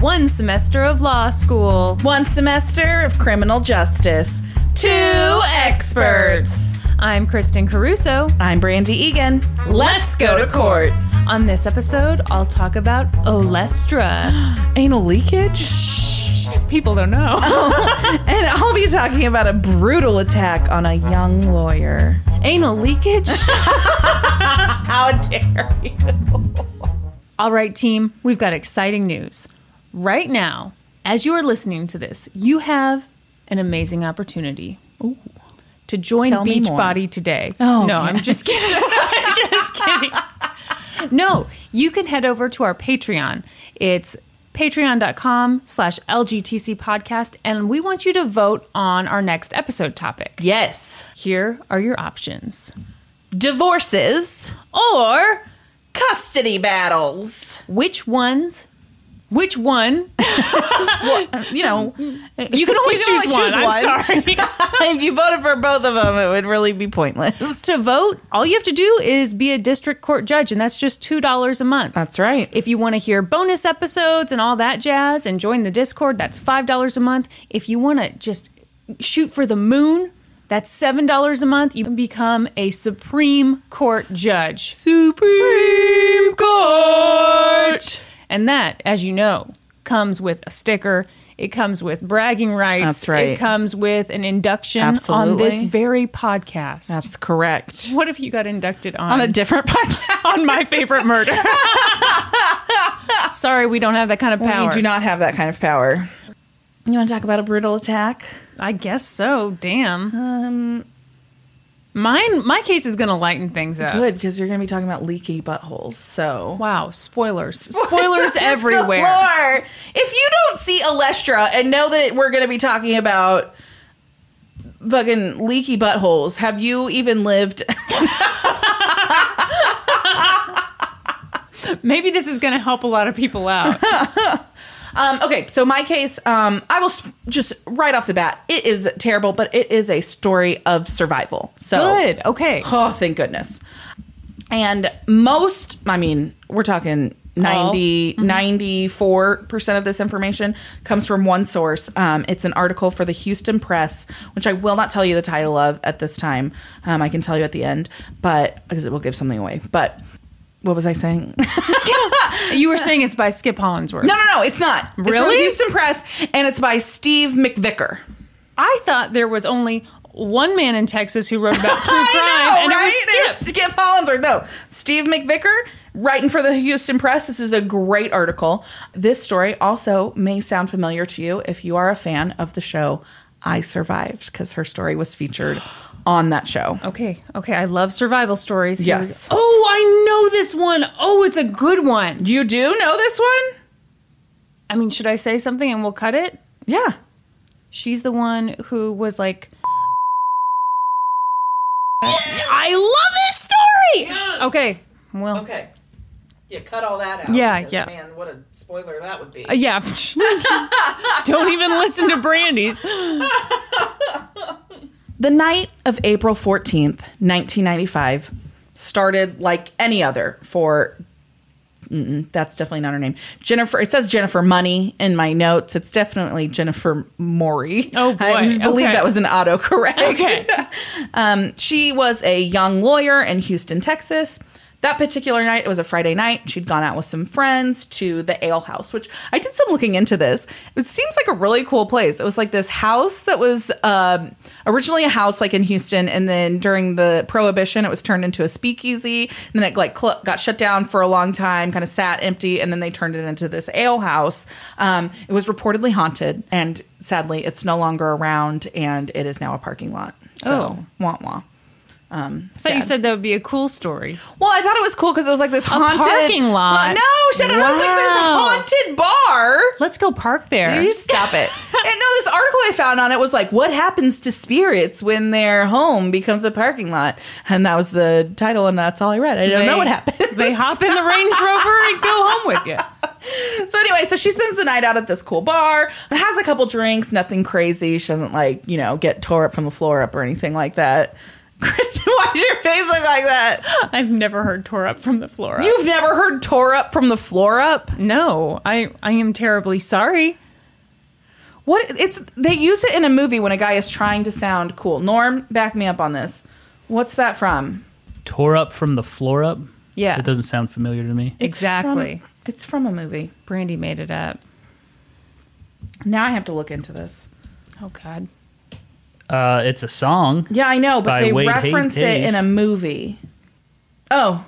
One semester of law school. One semester of criminal justice. Two experts. I'm Kristen Caruso. I'm Brandy Egan. Let's go to court. On this episode, I'll talk about Olestra. Anal leakage? People don't know. And I'll be talking about a brutal attack on a young lawyer. Anal leakage? How dare you? All right, team, we've got exciting news. Right now, as you are listening to this, you have an amazing opportunity to join Tell me more. Beachbody today. Oh, no, okay. I'm just kidding. I'm just kidding. No, you can head over to our Patreon. It's patreon.com slash LGTC podcast, and we want you to vote on our next episode topic. Yes. Here are your options. Divorces. Or Custody battles. which ones, which one You know, You can only You can choose, only choose one. I'm sorry. if you voted for both of them, it would really be pointless. to vote, all you have to do is be a district court judge, and that's just $2 a month. That's right. If you want to hear bonus episodes and all that jazz and join the Discord, that's $5 a month. If you want to just shoot for the moon, that's $7 a month. You become a Supreme Court judge. Supreme Court. And that, as you know, comes with a sticker. It comes with bragging rights. That's right. It comes with an induction on Absolutely. this very podcast. That's correct. what if you got inducted on, On a different podcast. on my favorite murder? Sorry, we don't have that kind of power. We do not have that kind of power. You want to talk about a brutal attack? I guess so. Damn. Um, mine. My case is gonna lighten things up. Good, because you're going to be talking about leaky buttholes. So. Wow. Spoilers. Spoilers everywhere. Galore. If you don't see Alestra and know that we're going to be talking about fucking leaky buttholes, have you even lived? Maybe this is gonna help a lot of people out. Um, okay, so my case, um, I will s- just right off the bat, it is terrible, but it is a story of survival. So Good. Okay. Oh, thank goodness. And most, I mean, we're talking 90, 94% of this information comes from one source. Um, it's an article for the Houston Press, which I will not tell you the title of at this time. Um, I can tell you at the end, but because it will give something away. But what was I saying? You were saying it's by Skip Hollinsworth. no, no, no, it's not. It's from the Really? Houston Press, and it's by Steve McVicker. I thought there was only one man in Texas who wrote about true crime, I and know, right? it was It's Skip. Skip Hollinsworth. No, Steve McVicker, writing for the Houston Press. This is a great article. This story also may sound familiar to you if you are a fan of the show I Survived, because her story was featured on that show. Okay, okay. I love survival stories. Here we Yes. go. Oh, I know this one. Oh, it's a good one. You do know this one? I mean, should I say something and we'll cut it? Yeah. She's the one who was like. I love this story. Okay. Well. Okay. Yeah, cut all that out. Yeah, because, yeah. man, what a spoiler that would be. uh, yeah. Don't even listen to Brandy's. The night of April 14th, 1995, started like any other for. Mm-mm, that's definitely not her name. Jennifer, it says Jennifer Money in my notes. It's definitely Jennifer Maury. Oh, boy. I believe Okay. that was an autocorrect. Okay. um, she was a young lawyer in Houston, Texas. That particular night, it was a Friday night. She'd gone out with some friends to the Ale House, which I did some looking into this. It seems like a really cool place. It was like this house that was um originally a house like in Houston, and then during the Prohibition, it was turned into a speakeasy. And then it like cl- got shut down for a long time, kind of sat empty, and then they turned it into this ale house. Um, it was reportedly haunted, and sadly, it's no longer around, and it is now a parking lot. So, wah wah. Um, I thought you sad. said that would be a cool story. Well, I thought it was cool because it was like this haunted parking lot. Well, no, Shannon, it was like this Wow. haunted bar. Let's go park there. You stop it. and no, this article I found on it was like, "What happens to spirits when their home becomes a parking lot?" And that was the title, and that's all I read. I don't know They- what happened. They hop in the Range Rover and go home with you. so anyway, so she spends the night out at this cool bar, has a couple drinks, nothing crazy. She doesn't like you know get tore up from the floor up or anything like that. Kristen, why does your face look like that? I've never heard tore up from the floor. up. You've never heard tore up from the floor up? no, I, I am terribly sorry. What it's they use it in a movie when a guy is trying to sound cool. Norm, back me up on this. What's that from? Tore up from the floor up. Yeah. That doesn't sound familiar to me. Exactly. From- it's from a movie. Brandy made it up. Now I have to look into this. Oh, God. Uh, it's a song. Yeah, I know, but By they Wade reference it Hayes. in a movie. Oh.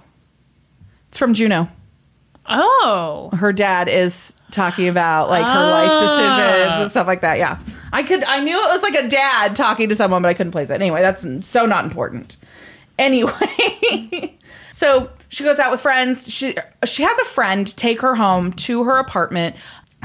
It's from Juno. Oh. Her dad is talking about like her life decisions and stuff like that. Yeah. I could I knew it was like a dad talking to someone, but I couldn't place it. Anyway, that's so not important. Anyway. so she goes out with friends. She she has a friend take her home to her apartment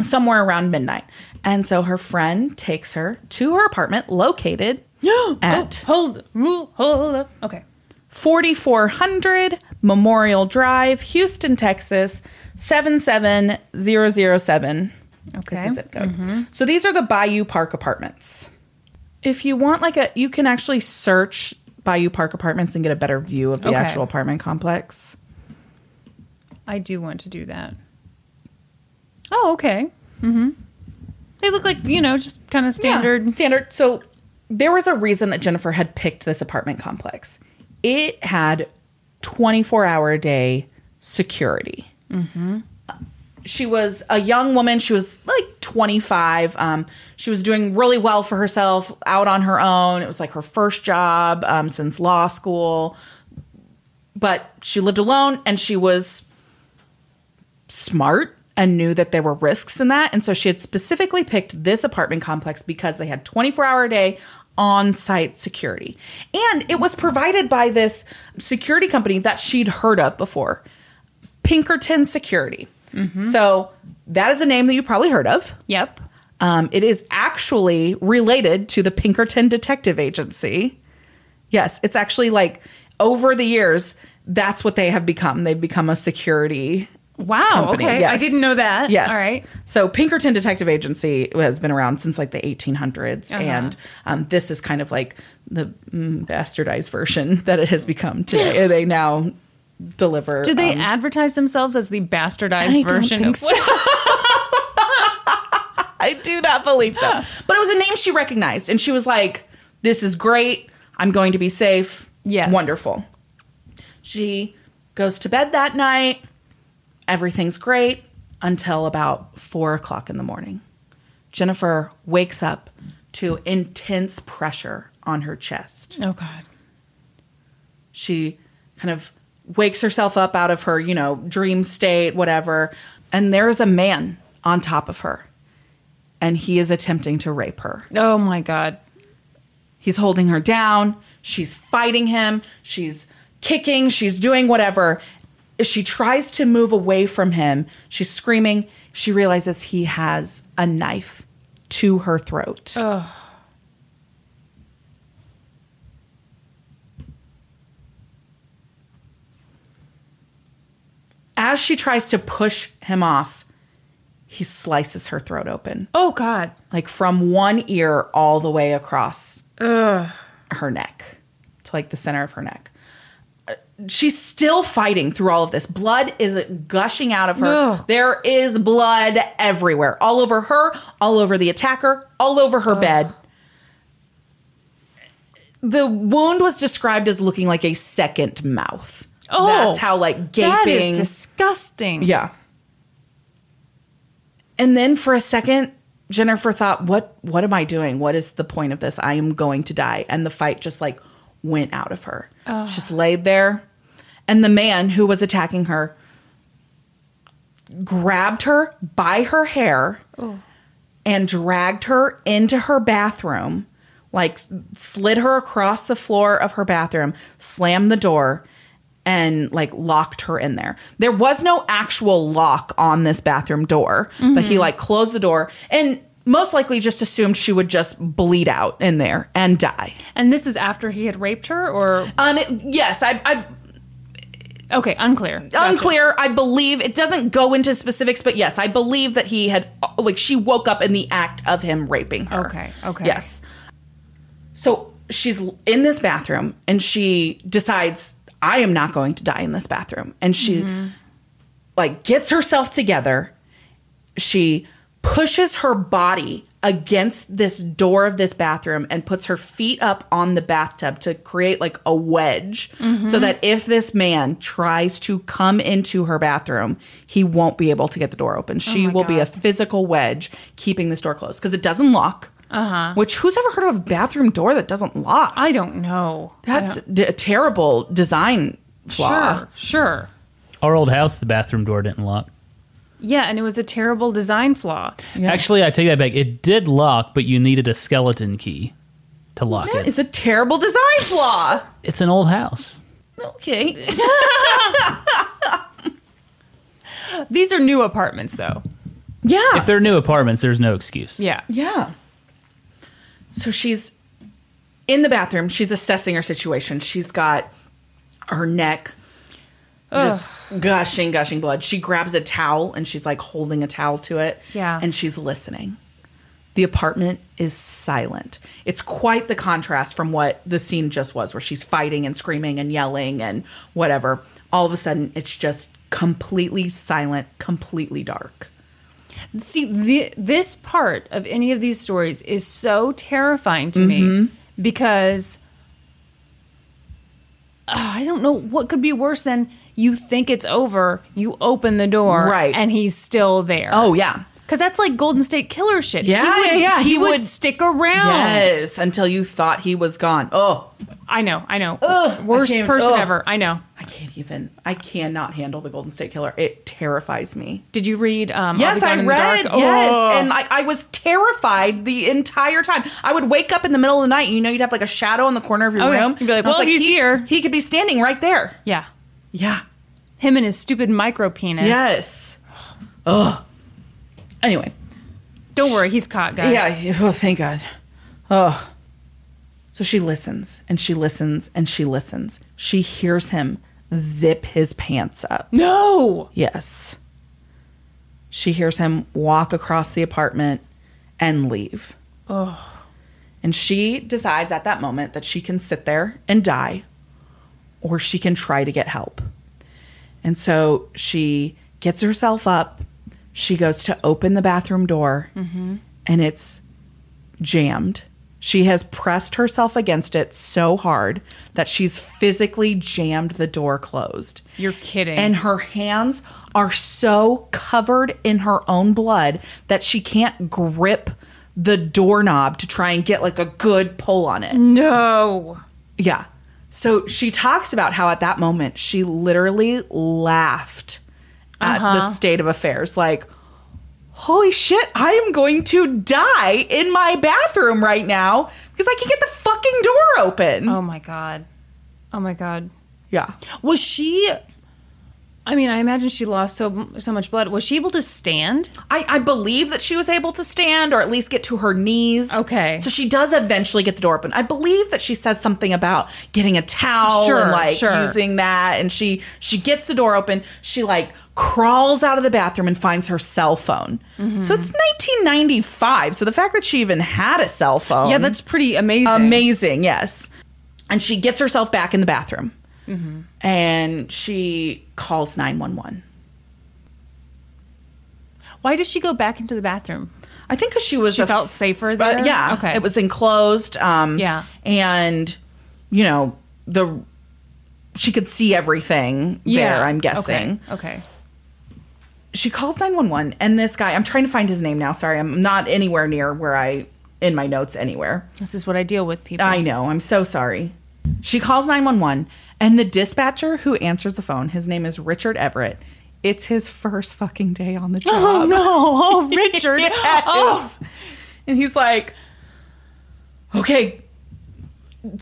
somewhere around midnight. And so her friend takes her to her apartment located at Oh, Hold, hold, hold up. Okay. 4400 Memorial Drive, Houston, Texas, 77007 Okay. Mm-hmm. is the zip code. So these are the Bayou Park apartments. If you want like a you can actually search Bayou Park apartments and get a better view of the Okay. actual apartment complex. I do want to do that. Oh, okay. Mm-hmm. They look like, you know, just kind of standard. Yeah, standard. So there was a reason that Jennifer had picked this apartment complex. It had 24 hour a day security. She was a young woman. She was like 25. Um, she was doing really well for herself out on her own. It was like her first job um, since law school. But she lived alone and she was smart and knew that there were risks in that. And so she had specifically picked this apartment complex because they had 24 hour a day on site security. And it was provided by this security company that she'd heard of before Pinkerton Security. So that is a name that you probably heard of. Yep. Um, it is actually related to the Pinkerton Detective Agency. Yes, it's actually like over the years, that's what they have become. They've become a security Wow. company. Okay. I Yes. didn't know that. Yes. All right. So Pinkerton Detective Agency has been around since like the 1800s, Uh-huh. and um, this is kind of like the mm, bastardized version that it has become today. they now deliver. Do they um, advertise themselves as the bastardized I don't version of think so. I do not believe so. But it was a name she recognized, and she was like, "This is great. I'm going to be safe. Yes. wonderful." She goes to bed that night. Everything's great until about four o'clock in the morning. Jennifer wakes up to intense pressure on her chest Oh God. she kind of wakes herself up out of her, you know, dream state, whatever. And there is a man on top of her, and he is attempting to rape her. Oh my God. He's holding her down. She's fighting him. She's kicking. She's doing whatever. She tries to move away from him. She's screaming. She realizes he has a knife to her throat. As she tries to push him off, he slices her throat open Oh God. like from one ear all the way across her neck to like the center of her neck. Uh, She's still fighting through all of this. Blood is gushing out of her. Ugh. There is blood everywhere, all over her, all over the attacker, all over her bed. The wound was described as looking like a second mouth. Oh, that's how like gaping. That is disgusting. Yeah. And then for a second, Jennifer thought, "What? What am I doing? What is the point of this? I am going to die." And the fight just like went out of her. She just laid there, and the man who was attacking her grabbed her by her hair and dragged her into her bathroom like s- slid her across the floor of her bathroom, slammed the door, and like locked her in there. There was no actual lock on this bathroom door, but he like closed the door and most likely just assumed she would just bleed out in there and die. And this is after he had raped her, or Um, it- yes, I, I okay, unclear. Gotcha. unclear. I believe it doesn't go into specifics, but yes, I believe that he had like she woke up in the act of him raping her. Okay, okay. Yes. So she's in this bathroom and she decides I am not going to die in this bathroom and she Mm-hmm. like gets herself together. She pushes her body against this door of this bathroom and puts her feet up on the bathtub to create like a wedge Mm-hmm. so that if this man tries to come into her bathroom, he won't be able to get the door open. She Oh my will be a God. physical wedge keeping this door closed because it doesn't lock. Uh-huh. Which who's ever heard of a bathroom door that doesn't lock? I don't know. I That's don't- d- a terrible design flaw. sure, sure. Our old house, the bathroom door didn't lock. Yeah, and it was a terrible design flaw. Actually, I take that back. It did lock, but you needed a skeleton key to lock That it. is a terrible design flaw. it's an old house. Okay. These are new apartments, though. Yeah. If they're new apartments, there's no excuse. Yeah. Yeah. So she's in the bathroom. She's assessing her situation. She's got her neck just gushing, gushing blood. She grabs a towel and she's like holding a towel to it. Yeah. And she's listening. The apartment is silent. It's quite the contrast from what the scene just was, where she's fighting and screaming and yelling and whatever. All of a sudden, it's just completely silent, completely dark. See, the, this part of any of these stories is so terrifying to me Mm-hmm. because Ah, I don't know what could be worse than you think it's over, you open the door, Right. and he's still there. Oh, yeah. Because that's like Golden State Killer shit. Yeah, he would, yeah, yeah. He, He would, would- stick around. Yes, until you thought he was gone. Oh, I know, I know. Ugh, I Worst can't- person ugh. ever. I know. I can't even. I cannot handle the Golden State Killer. It terrifies me. Did you read? Um, Yes, I'll Be I Gone in the read. Dark? Yes, Ugh. and I, I was terrified the entire time. I would wake up in the middle of the night. You know, you'd have like a shadow in the corner of your Oh, yeah. room. You'd be like, And I was "Well, he's he- here." He could be standing right there. yeah, Yeah. him and his stupid micro penis. Yes. Ugh. Anyway. Don't worry, he's caught, guys. Yeah. he- Oh, thank God. Oh. So she listens and she listens and she listens. She hears him zip his pants up. No. Yes. She hears him walk across the apartment and leave. And she decides at that moment that she can sit there and die or she can try to get help. And so she gets herself up. She goes to open the bathroom door and it's jammed. She has pressed herself against it so hard that she's physically jammed the door closed. You're kidding. And her hands are so covered in her own blood that she can't grip the doorknob to try and get like a good pull on it. No. Yeah. So she talks about how at that moment she literally laughed at the state of affairs. Like, holy shit, I am going to die in my bathroom right now because I can't get the fucking door open. Oh my god. Oh my god. Yeah. Was she I mean, I imagine she lost so so much blood. Was she able to stand? I, I believe that she was able to stand or at least get to her knees. Okay. So she does eventually get the door open. I believe that she says something about getting a towel Sure, and like sure. using that. And she she gets the door open. She like crawls out of the bathroom and finds her cell phone. Mm-hmm. So it's 1995. So the fact that she even had a cell phone. yeah, that's pretty amazing. Amazing, yes. And she gets herself back in the bathroom Mm-hmm. and she calls 911. Why does she go back into the bathroom? I think because she was She a felt safer but there? yeah, Okay. it was enclosed. Um, Yeah. and you know the she could see everything there. I'm guessing Okay. okay. she calls 911 and this guy i'm trying to find his name now sorry i'm not anywhere near where i in my notes anywhere This is what I deal with people. i know i'm so sorry she calls 911 and the dispatcher who answers the phone his name is richard everett it's his first fucking day on the job Oh no. Oh, Richard. Yes. Oh. And he's like, okay,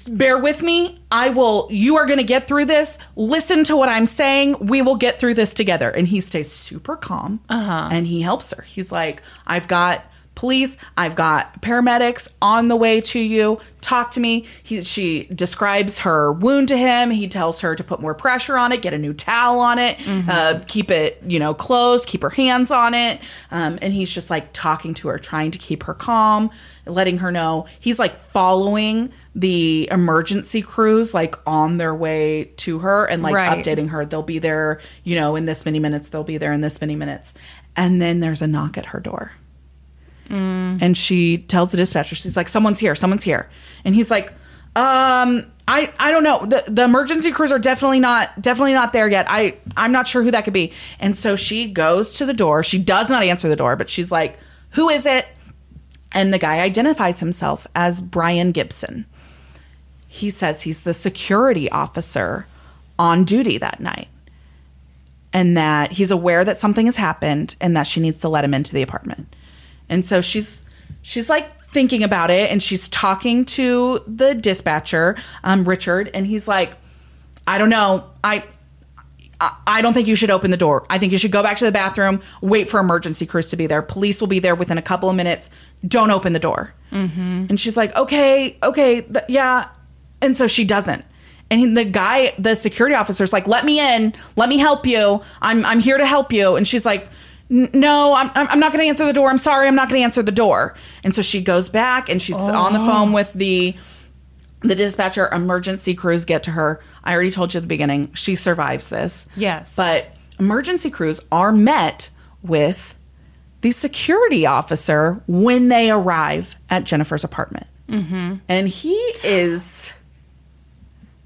bear with me. I will, you are going to get through this. Listen to what I'm saying. We will get through this together. And he stays super calm and he helps her. He's like, I've got police, I've got paramedics on the way to you. Talk to me. He, she describes her wound to him. He tells her to put more pressure on it, get a new towel on it, uh, keep it, you know, closed, keep her hands on it. Um, and he's just like talking to her, trying to keep her calm, letting her know. He's like following the emergency crews like on their way to her and like Right. updating her they'll be there you know in this many minutes they'll be there in this many minutes and then there's a knock at her door and she tells the dispatcher she's like someone's here someone's here and he's like um i i don't know the the emergency crews are definitely not definitely not there yet i i'm not sure who that could be and so she goes to the door she does not answer the door but she's like who is it and the guy identifies himself as brian gibson he says he's the security officer on duty that night and that he's aware that something has happened and that she needs to let him into the apartment. And so she's she's like thinking about it and she's talking to the dispatcher, um, Richard, and he's like, I don't know, I. I- I don't think you should open the door. I think you should go back to the bathroom, wait for emergency crews to be there. Police will be there within a couple of minutes. Don't open the door. Mm-hmm. And she's like, okay, okay, th- yeah. And so she doesn't. And he, the guy, the security officer's like, "Let me in. Let me help you. I'm I'm here to help you." And she's like, "N- "No, I'm I'm I'm not going to answer the door. I'm sorry. I'm not going to answer the door." And so she goes back and she's on the phone with the the dispatcher. Emergency crews get to her. I already told you at the beginning. She survives this. Yes. But emergency crews are met with the security officer when they arrive at Jennifer's apartment. Mm-hmm. And he is.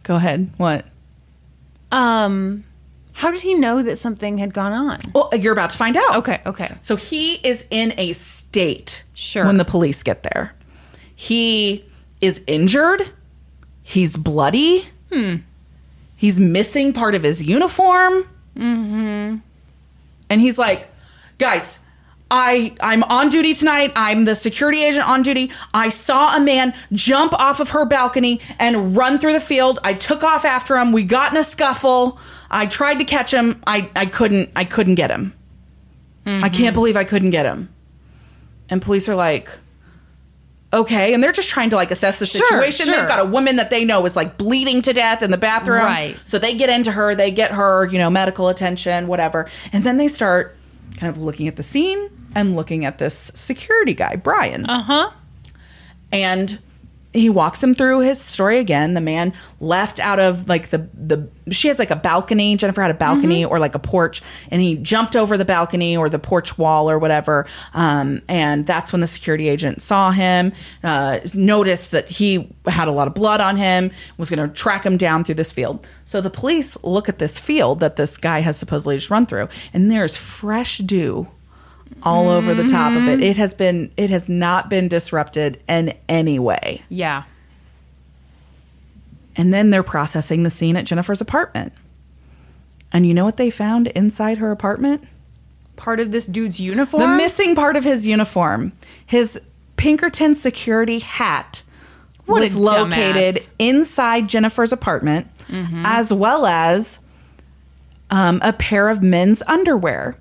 Go ahead. What? Um, how did he know that something had gone on? Well, you're about to find out. Okay, okay. So he is in a state Sure. when the police get there. He is injured. He's bloody. Hmm. He's missing part of his uniform. Mm-hmm. And he's like, guys, I I'm on duty tonight. I'm the security agent on duty. I saw a man jump off of her balcony and run through the field. I took off after him. We got in a scuffle. I tried to catch him. I, I couldn't I couldn't get him. I Mm-hmm. can't believe I couldn't get him. And police are like, okay. And they're just trying to like assess the Sure, situation. sure. They've got a woman that they know is like bleeding to death in the bathroom. Right. So they get into her, they get her, you know, medical attention, whatever. And then they start kind of looking at the scene and looking at this security guy, Brian and he walks him through his story again. The man left out of like the the she has like a balcony. Jennifer had a balcony or like a porch, and he jumped over the balcony or the porch wall or whatever. Um, and that's when the security agent saw him, uh, noticed that he had a lot of blood on him, was going to track him down through this field. So the police look at this field that this guy has supposedly just run through, and there's fresh dew all over the top of Mm-hmm. it. It has been it has not been disrupted in any way. Yeah. And then they're processing the scene at Jennifer's apartment. And you know what they found inside her apartment? Part of this dude's uniform? The missing part of his uniform. His Pinkerton security hat What a was located dumbass. Mm-hmm. inside Jennifer's apartment, as well as um, a pair of men's underwear.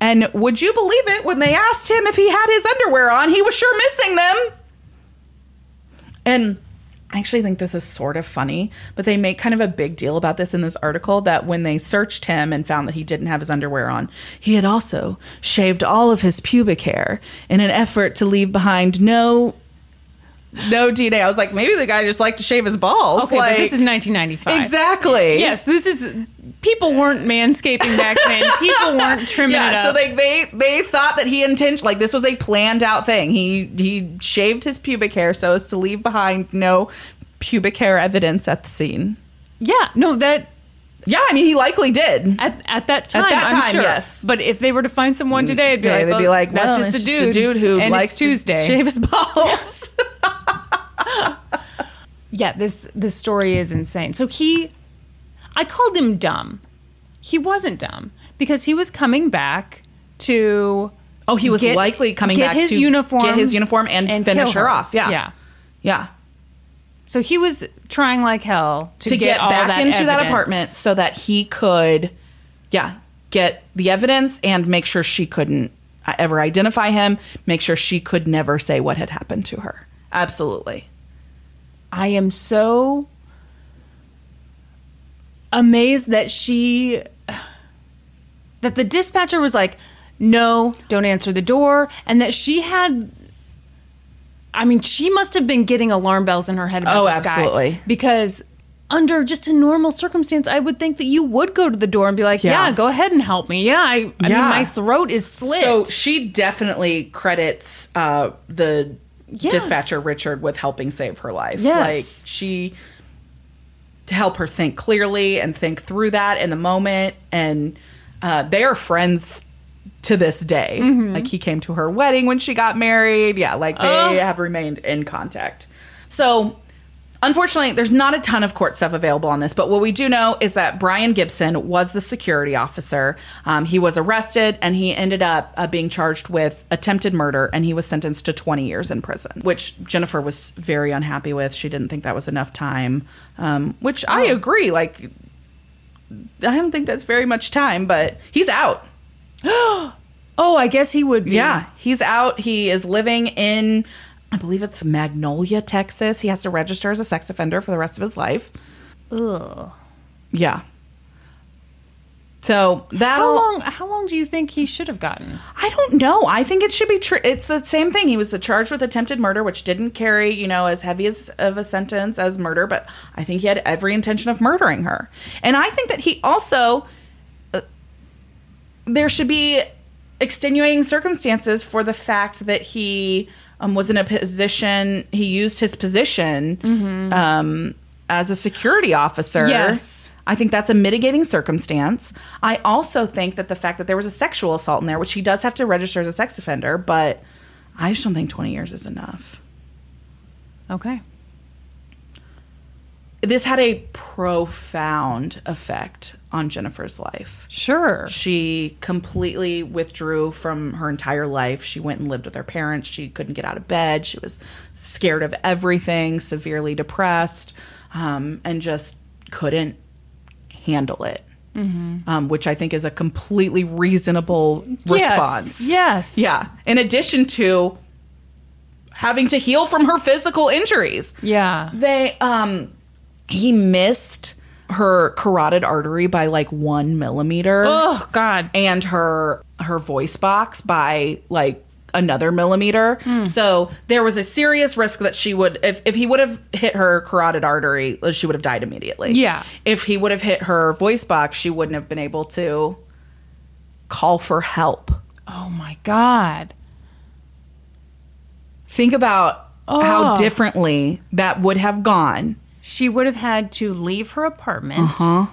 And would you believe it, when they asked him if he had his underwear on, he was sure missing them. And I actually think this is sort of funny, but they make kind of a big deal about this in this article that when they searched him and found that he didn't have his underwear on, he had also shaved all of his pubic hair in an effort to leave behind no no DNA. I was like, maybe the guy just liked to shave his balls. Okay, like, but this is 1995. Exactly. Yes, this is. People weren't manscaping back then. People weren't trimming it Yeah, up. so they they they thought that he intention like this was a planned out thing. He he shaved his pubic hair so as to leave behind no pubic hair evidence at the scene. yeah, no, that Yeah, I mean he likely did. at, at that time, that I'm time, sure. yes. But if they were to find someone today, it'd be Okay, like, they'd be "Oh, like, that's well, just it's a dude, a dude who and likes it's to Tuesday. shave his balls. yeah, this this story is insane. So he, I called him dumb. He wasn't dumb because he was coming back to. oh, he was get- likely coming get back his to uniform, get his uniform and, and finish kill her. off. Yeah, yeah. yeah. So he was trying like hell to, to get, all back that into that evidence. apartment so that he could, yeah, get the evidence and make sure she couldn't uh, ever identify him, make sure she could never say what had happened to her. Absolutely. I am so amazed that she that the dispatcher was like, "No, don't answer the door," and that she had I mean, she must have been getting alarm bells in her head about Oh, this guy. absolutely. because under just a normal circumstance, I would think that you would go to the door and be like, Yeah. "Yeah, go ahead and help me." Yeah, I, I Yeah. mean, my throat is slit. So she definitely credits uh, the Yeah. dispatcher Richard with helping save her life. Yes. Like she to help her think clearly and think through that in the moment. And uh, they are friends to this day. Mm-hmm. Like he came to her wedding when she got married. Yeah, like they have remained in contact. So unfortunately, there's not a ton of court stuff available on this, but what we do know is that Brian Gibson was the security officer. Um, he was arrested and he ended up uh, being charged with attempted murder and he was sentenced to 20 years in prison, which Jennifer was very unhappy with. She didn't think that was enough time, um, which I agree. Like, I don't think that's very much time, but he's out. oh, I guess he would. Be. Yeah, he's out. He is living in, I believe it's Magnolia, Texas. He has to register as a sex offender for the rest of his life. Ugh. Yeah. So that'll. How long? How long do you think he should have gotten? I don't know. I think it should be true. It's the same thing. He was charged with attempted murder, which didn't carry, you know, as heavy as of a sentence as murder, but I think he had every intention of murdering her. And I think that he also uh, there should be extenuating circumstances for the fact that he um, was in a position. He used his position um, as a security officer. Yes. I think that's a mitigating circumstance. I also think that the fact that there was a sexual assault in there, which he does have to register as a sex offender, but I just don't think 20 years is enough. Okay. This had a profound effect on Jennifer's life. Sure. She completely withdrew from her entire life. She went and lived with her parents. She couldn't get out of bed. She was scared of everything, severely depressed, um, and just couldn't handle it. Mm-hmm. Um, which I think is a completely reasonable response. Yes. Yeah. In addition to having to heal from her physical injuries. Yeah. They um he missed her carotid artery by like one millimeter Oh God. and her her voice box by like another millimeter. Hmm. So there was a serious risk that she would if, if he would have hit her carotid artery, uh, she would have died immediately. Yeah. If he would have hit her voice box, she wouldn't have been able to call for help. Oh my God. Think about how Oh. differently that would have gone. She would have had to leave her apartment. Uh-huh.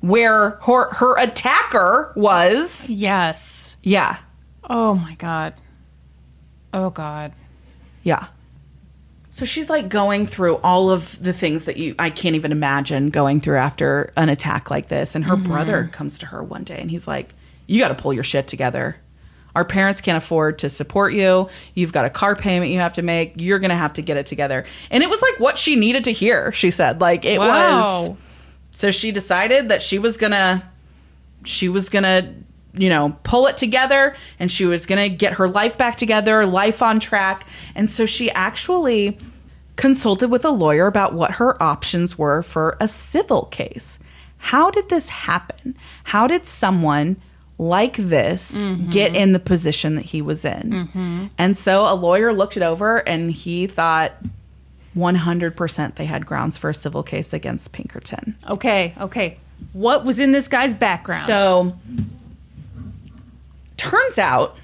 Where her her attacker was. Yes. Yeah. Oh my God. Oh God. Yeah. So she's like going through all of the things that you I can't even imagine going through after an attack like this and her brother comes to her one day and he's like you got to pull your shit together. Our parents can't afford to support you. You've got a car payment you have to make. You're going to have to get it together. And it was like what she needed to hear, she said. Like it was Wow. so she decided that she was going to she was gonna you know pull it together and she was gonna get her life back together life on track and so she actually consulted with a lawyer about what her options were for a civil case how did this happen how did someone like this get in the position that he was in and so a lawyer looked it over and he thought 100% they had grounds for a civil case against pinkerton Okay. Okay. What was in this guy's background? so, turns out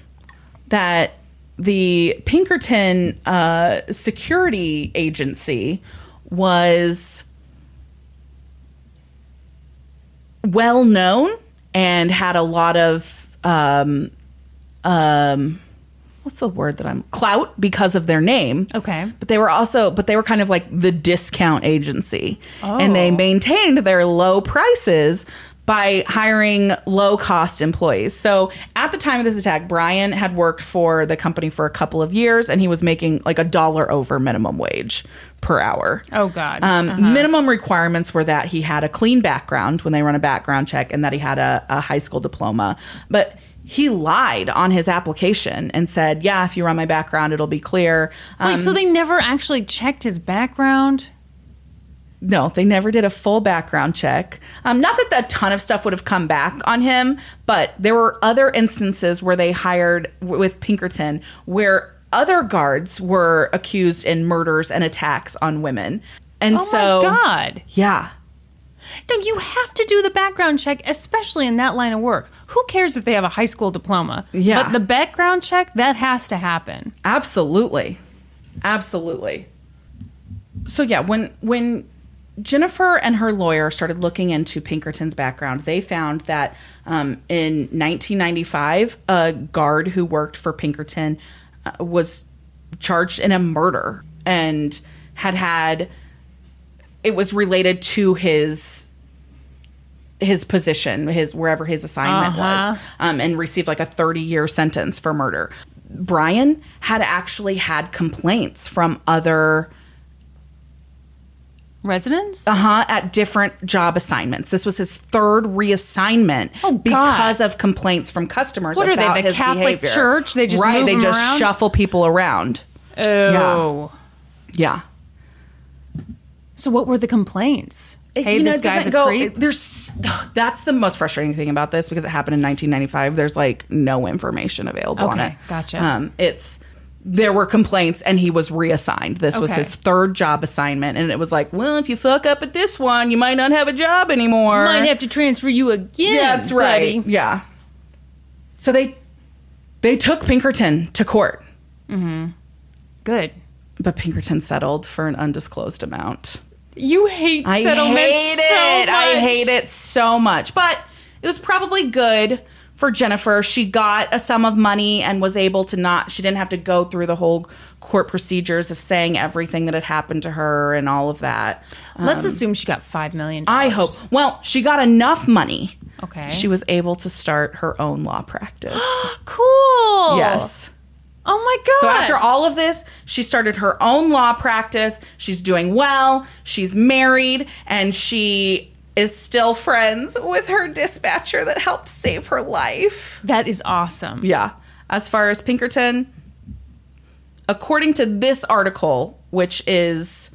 that the Pinkerton uh, security agency was well known and had a lot of um, um, what's the word that I'm clout because of their name. Okay. But they were also, but they were kind of Oh. like the discount agency, and they maintained their low prices by hiring low cost employees. So at the time of this attack, Brian had worked for the company for a couple of years and he was making like a dollar over minimum wage per hour. Oh, God. Um, Minimum requirements were that he had a clean background when they run a background check and that he had a, a high school diploma. But he lied on his application and said, Yeah, if you run my background, it'll be clear. Um, Wait, so they never actually checked his background? no, they never did a full background check. Um, not that a ton of stuff would have come back on him, but there were other instances where they hired w- with Pinkerton where other guards were accused in murders and attacks on women. And Oh, so, my God. yeah, No, you have to do the background check, especially in that line of work. Who cares if they have a high school diploma? Yeah. But the background check, that has to happen. Absolutely. Absolutely. So yeah, when when Jennifer and her lawyer started looking into Pinkerton's background, they found that um, in 1995, a guard who worked for Pinkerton uh, was charged in a murder and had had it was related to his his position, his wherever his assignment Uh-huh. was, um, and received like a 30 year sentence for murder. Brian had actually had complaints from other Residence? uh-huh, at different job assignments. This was his third reassignment Oh, God. because of complaints from customers. What are they, about the his Catholic behavior. Church? They just right. move they him just around? shuffle people around. Oh. Yeah. So what were the complaints? It, hey, you know, this it guy's doesn't a go, creep. it- there's that's the most frustrating thing about this because it happened in 1995. There's like no information available on Okay, it. gotcha. Um, it's there were complaints and he was reassigned. This was Okay. his third job assignment, and it was like, well, if you fuck up at this one, you might not have a job anymore. Might have to transfer you again. Yeah, That's right. buddy. Yeah. So they they took Pinkerton to court, Good. but Pinkerton settled for an undisclosed amount. You hate I settlements hate so it. I much. hate it so much. But it was probably good for Jennifer. She got a sum of money and was able to not. She didn't have to go through the whole court procedures of saying everything that had happened to her and all of that. Let's assume she got five million. I hope. Well, she got enough money. Okay. She was able to start her own law practice. Cool. yes. Oh my god. So after all of this, she started her own law practice. She's doing well. She's married, and she is still friends with her dispatcher that helped save her life. that is awesome. Yeah. As far as Pinkerton, according to this article, which is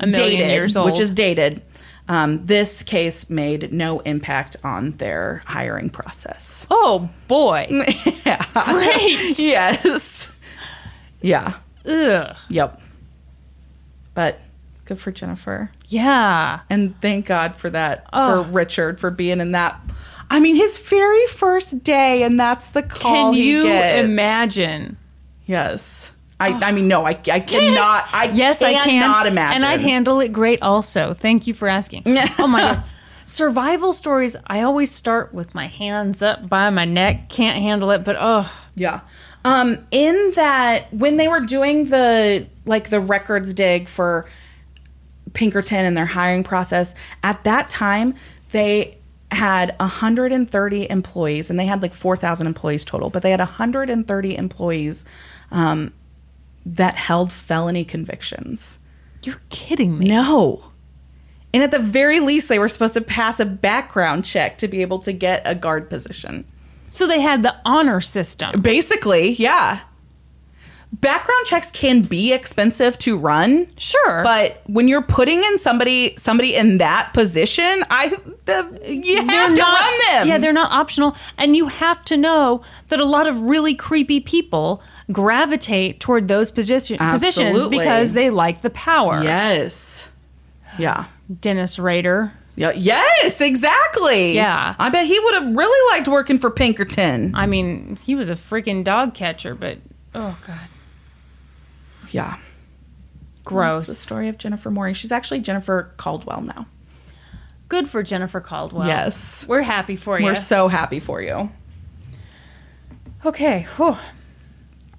A million dated, years old. which is dated, um, this case made no impact on their hiring process. Oh boy. Great. Yes. Yeah. Ugh. Yep. But good for Jennifer. Yeah. And thank God for that, Ugh. for Richard, for being in that. I mean, his very first day, and that's the call Can he you gets. imagine? Yes. I, I mean, no, I, I cannot. I Yes, I cannot can. imagine. And I'd handle it great also. Thank you for asking. oh my god. Survival stories, I always start with my hands up by my neck. Can't handle it, but oh, Yeah. Um, in that, when they were doing the like the records dig for Pinkerton and their hiring process, at that time they had 130 employees, and they had like 4,000 employees total, but they had 130 employees um, that held felony convictions. you're kidding me. No. And at the very least, they were supposed to pass a background check to be able to get a guard position. So they had the honor system. Basically, yeah. Background checks can be expensive to run. Sure. But when you're putting in somebody somebody in that position, I the, you They're have to not- run them. Yeah, they're not optional. And you have to know that a lot of really creepy people gravitate toward those position, positions Absolutely. because they like the power. Yes. Yeah. Dennis Rader. Yeah. Yes, exactly. Yeah. I bet he would have really liked working for Pinkerton. I mean, he was a freaking dog catcher, but oh god, Yeah. That's the gross. story of Jennifer Morey. She's actually Jennifer Caldwell now. Good for Jennifer Caldwell. Yes. we're happy for you. We're so happy for you. okay, whew.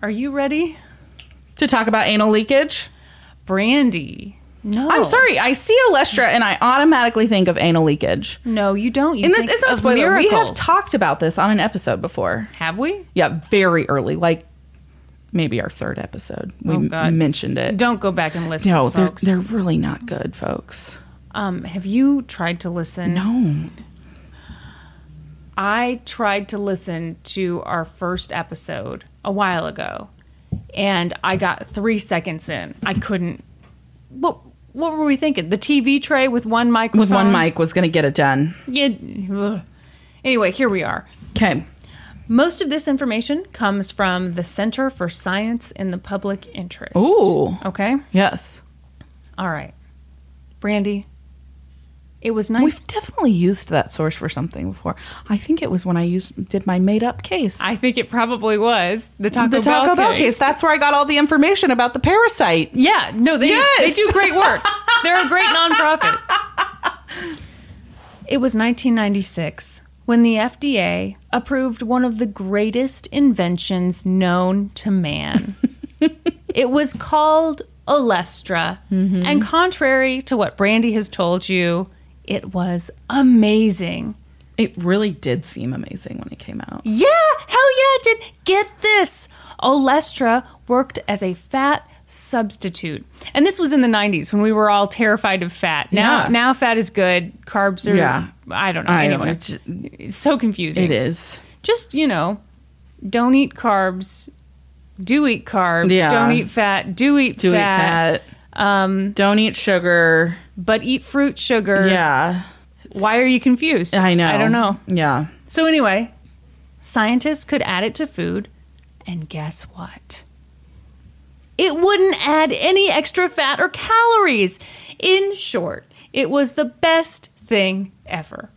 are you ready, To talk about anal leakage. Brandy? No. I'm sorry. I see Olestra and I automatically think of anal leakage. No, you don't. You And this think isn't a of spoiler. Miracles. We have talked about this on an episode before. Have we? Yeah, very early, like maybe our third episode. We Oh, m- God. mentioned it. Don't go back and listen. no, they're folks. they're really not good, folks. Um, have you tried to listen? No, I tried to listen to our first episode a while ago, and I got three seconds in. I couldn't. What What were we thinking? The TV tray with one microphone. with one mic was going to get it done. Yeah. ugh. Anyway, here we are. Okay, Most of this information comes from the Center for Science in the Public Interest. Ooh. Okay. yes, All right. Brandy, it was nice. we've definitely used that source for something before. I think it was when I used did my made up case. I think it probably was the Taco, the Taco Bell, case. That's where I got all the information about the parasite. Yeah, no, they Yes. they do great work. They're a great nonprofit. It was 1996 when the FDA approved one of the greatest inventions known to man. it was called Olestra, and contrary to what Brandy has told you, it was amazing. It really did seem amazing when it came out. Yeah, hell yeah, it did. Get this. Olestra worked as a fat substitute. And this was in the 90s when we were all terrified of fat. Now Yeah. now fat is good, carbs are Yeah. I don't know. I know, anyway, it's- it's so confusing. It is. Just, you know, don't eat carbs. Do eat carbs. Yeah. Don't eat fat. Do eat Do fat. eat fat. Um, don't eat sugar. But eat fruit, sugar. Yeah, Why are you confused? I know. I don't know. Yeah. So, anyway, scientists could add it to food, and guess what? It wouldn't add any extra fat or calories. In short, it was the best thing ever.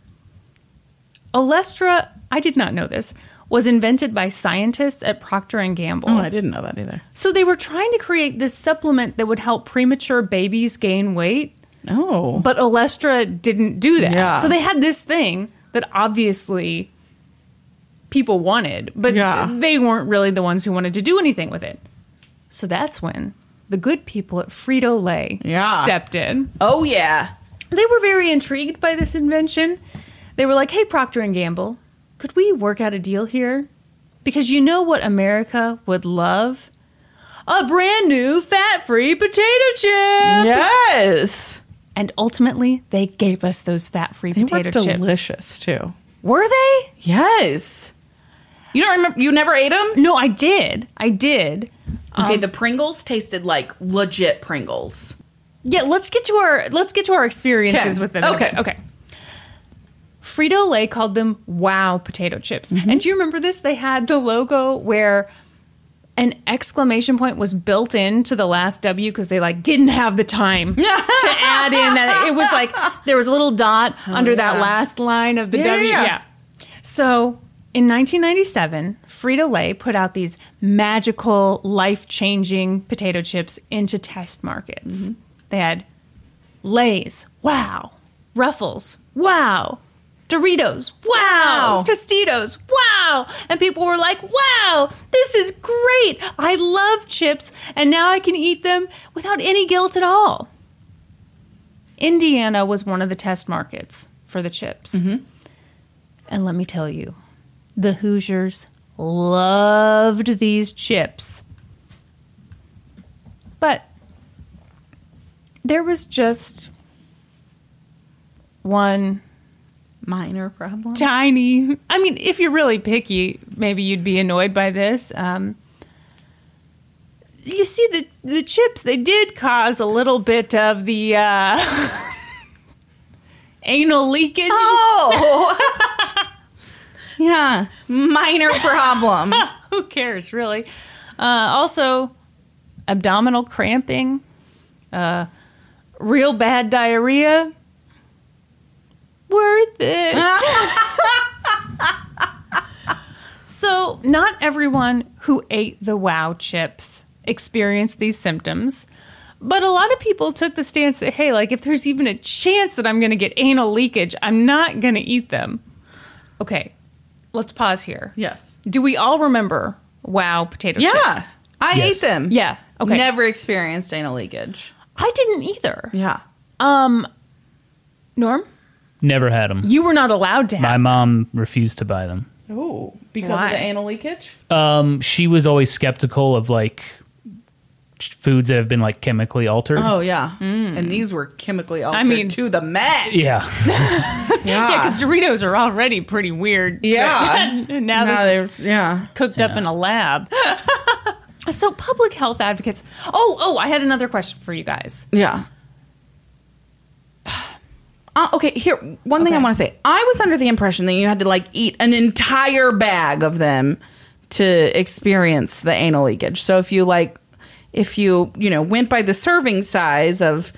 Olestra, I did not know this, was invented by scientists at Procter and Gamble. Oh, I didn't know that either. So they were trying to create this supplement that would help premature babies gain weight, No. but Olestra didn't do that. Yeah. So they had this thing that obviously people wanted, but Yeah. they weren't really the ones who wanted to do anything with it. So that's when the good people at Frito Lay Yeah. stepped in. Oh yeah. They were very intrigued by this invention. They were like, "Hey, Procter and Gamble, could we work out a deal here? Because you know what America would love." A brand new fat free potato chip! Yes. And ultimately, they gave us those fat-free They potato were chips. delicious too. Were they? Yes. You don't remember? You never ate Um, them? No, I did. I did. Okay, the Pringles tasted like legit Pringles. Yeah, let's get to our let's get to our experiences Okay. with them. in a Okay. bit. Okay. Frito Lay called them Wow potato chips. Mm-hmm. And do you remember this? They had the logo where an exclamation point was built into the last W because they like didn't have the time to add in that. It was like there was a little dot under that Oh, yeah. last line of the Yeah, W. yeah, yeah. yeah. So in 1997, Frito Lay put out these magical, life changing potato chips into test Mm-hmm. markets. They had Lay's, wow. Ruffles, wow. Doritos, wow. Wow. Tostitos, wow. And people were like, wow, this is great. I love chips, and now I can eat them without any guilt at all. Indiana was one of the test markets for the chips. And let me tell you, the Hoosiers loved these chips. But there was just one Minor problem. tiny. I mean, if you're really picky, maybe you'd be annoyed by this. Um, you see, the the chips they did cause a little bit of the uh, anal leakage. Oh. yeah. Minor problem. Who cares, really? Uh, also, abdominal cramping, uh, real bad diarrhea. Worth it. so, not everyone who ate the wow chips experienced these symptoms. But a lot of people took the stance that, hey, like if there's even a chance that I'm going to get anal leakage, I'm not going to eat them. Okay, let's pause here. yes. Do we all remember wow potato Yeah. chips? I Yes. ate them. Yeah. Okay. Never experienced anal leakage. I didn't either. Um, Yeah. Norm, Never had them. you were not allowed to My have. mom refused to buy them. Oh, because Why? of the anal leakage? Um, she was always skeptical of like foods that have been like chemically altered. Oh yeah. And these were chemically altered Mm. mean- to the max. Yeah. Yeah, because Doritos are already pretty weird. Ah. Yeah. and now, Now this is- they're- yeah. cooked up in a lab. so public health advocates. Oh, oh, I had another question for you guys. Yeah. Uh, okay, here one thing I Okay. want to say. I was under the impression that you had to like eat an entire bag of them to experience the anal leakage. So if you like, if you you know went by the serving size of,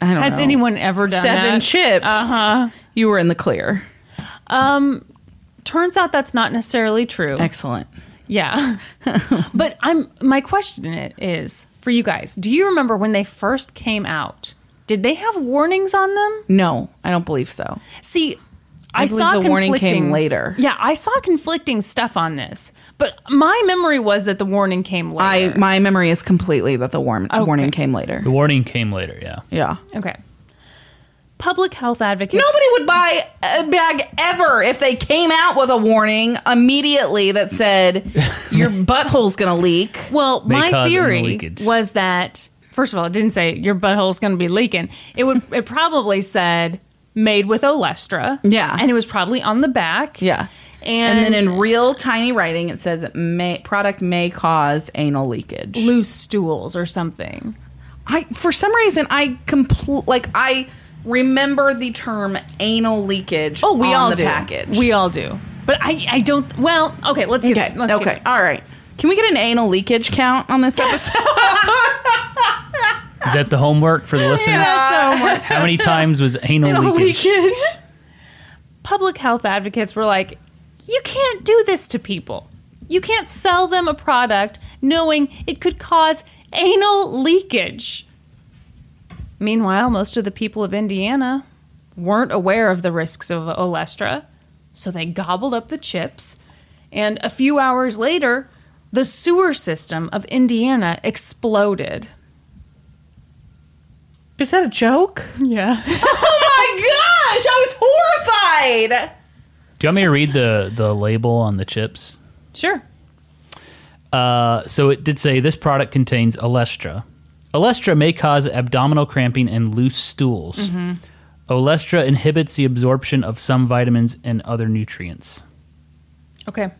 I don't Has know, anyone ever done Oh, seven that? chips? Uh-huh. You were in the clear. Um turns out that's not necessarily true. Excellent. yeah. but I'm my question i- is for you guys, do you remember when they first came out? Did they have warnings on them? No, I don't believe so. See, I, believe saw the warning conflicting came later. Yeah, I saw conflicting stuff on this, but my memory was that the warning came I later. my memory is completely that the warm, warning Okay. came later. The warning came later. Yeah. Yeah. okay. Public health advocates. Nobody would buy a bag ever if they came out with a warning immediately that said your butthole's gonna leak. Well, May my cause anal theory leakage. was that first of all, it didn't say your butthole's going to be leaking. It would. It probably said made with Olestra. Yeah. and it was probably on the back. Yeah. and, And then in real tiny writing, it says it may, product may cause anal leakage. loose stools or something. I for some reason I complete like I remember the term anal leakage. Oh, we on all the do. package. We all do. But I, I don't. Well, okay. Let's get. okay. Let's get okay. there. All right. Can we get an anal leakage count on this episode? Is that the homework for the listeners? That's so much. How many times was anal, anal leakage? leakage. Public health advocates were like, you can't do this to people. You can't sell them a product knowing it could cause anal leakage. Meanwhile, most of the people of Indiana weren't aware of the risks of Olestra, so they gobbled up the chips. And a few hours later, the sewer system of Indiana exploded. Is that a joke? Yeah. Oh my gosh! I was horrified. Do you want me to read the, the label on the chips? Sure. Uh, so it did say this product contains Olestra. Olestra may cause abdominal cramping and loose stools. Mm-hmm. Olestra inhibits the absorption of some vitamins and other nutrients. Okay.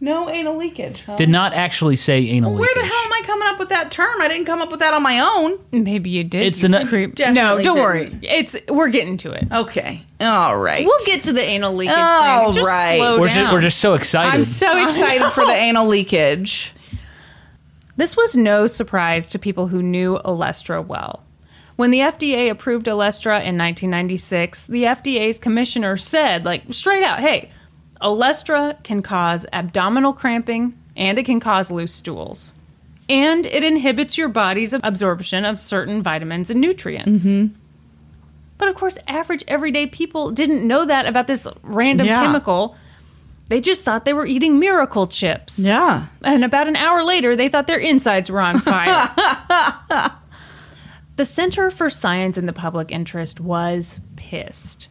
No anal leakage. huh? Did not actually say anal Where the leakage. hell am I coming up with that term? I didn't come up with that on my own. Maybe you did. It's you an- creep. No, Definitely don't didn't. worry. It's we're getting to it. Oh, Okay. All right. We'll get to the anal leakage All thing. Just right. slow we're, down. just, we're just so excited. I'm so excited for the anal leakage. This was no surprise to people who knew Olestra well. When the FDA approved Olestra in 1996, the FDA's commissioner said, like, straight out, hey, Olestra can cause abdominal cramping and it can cause loose stools. And it inhibits your body's absorption of certain vitamins and nutrients. But of course, average everyday people didn't know that about this random Yeah. chemical. They just thought they were eating miracle chips. Yeah. And about an hour later, they thought their insides were on fire. the Center for Science in the Public Interest was pissed.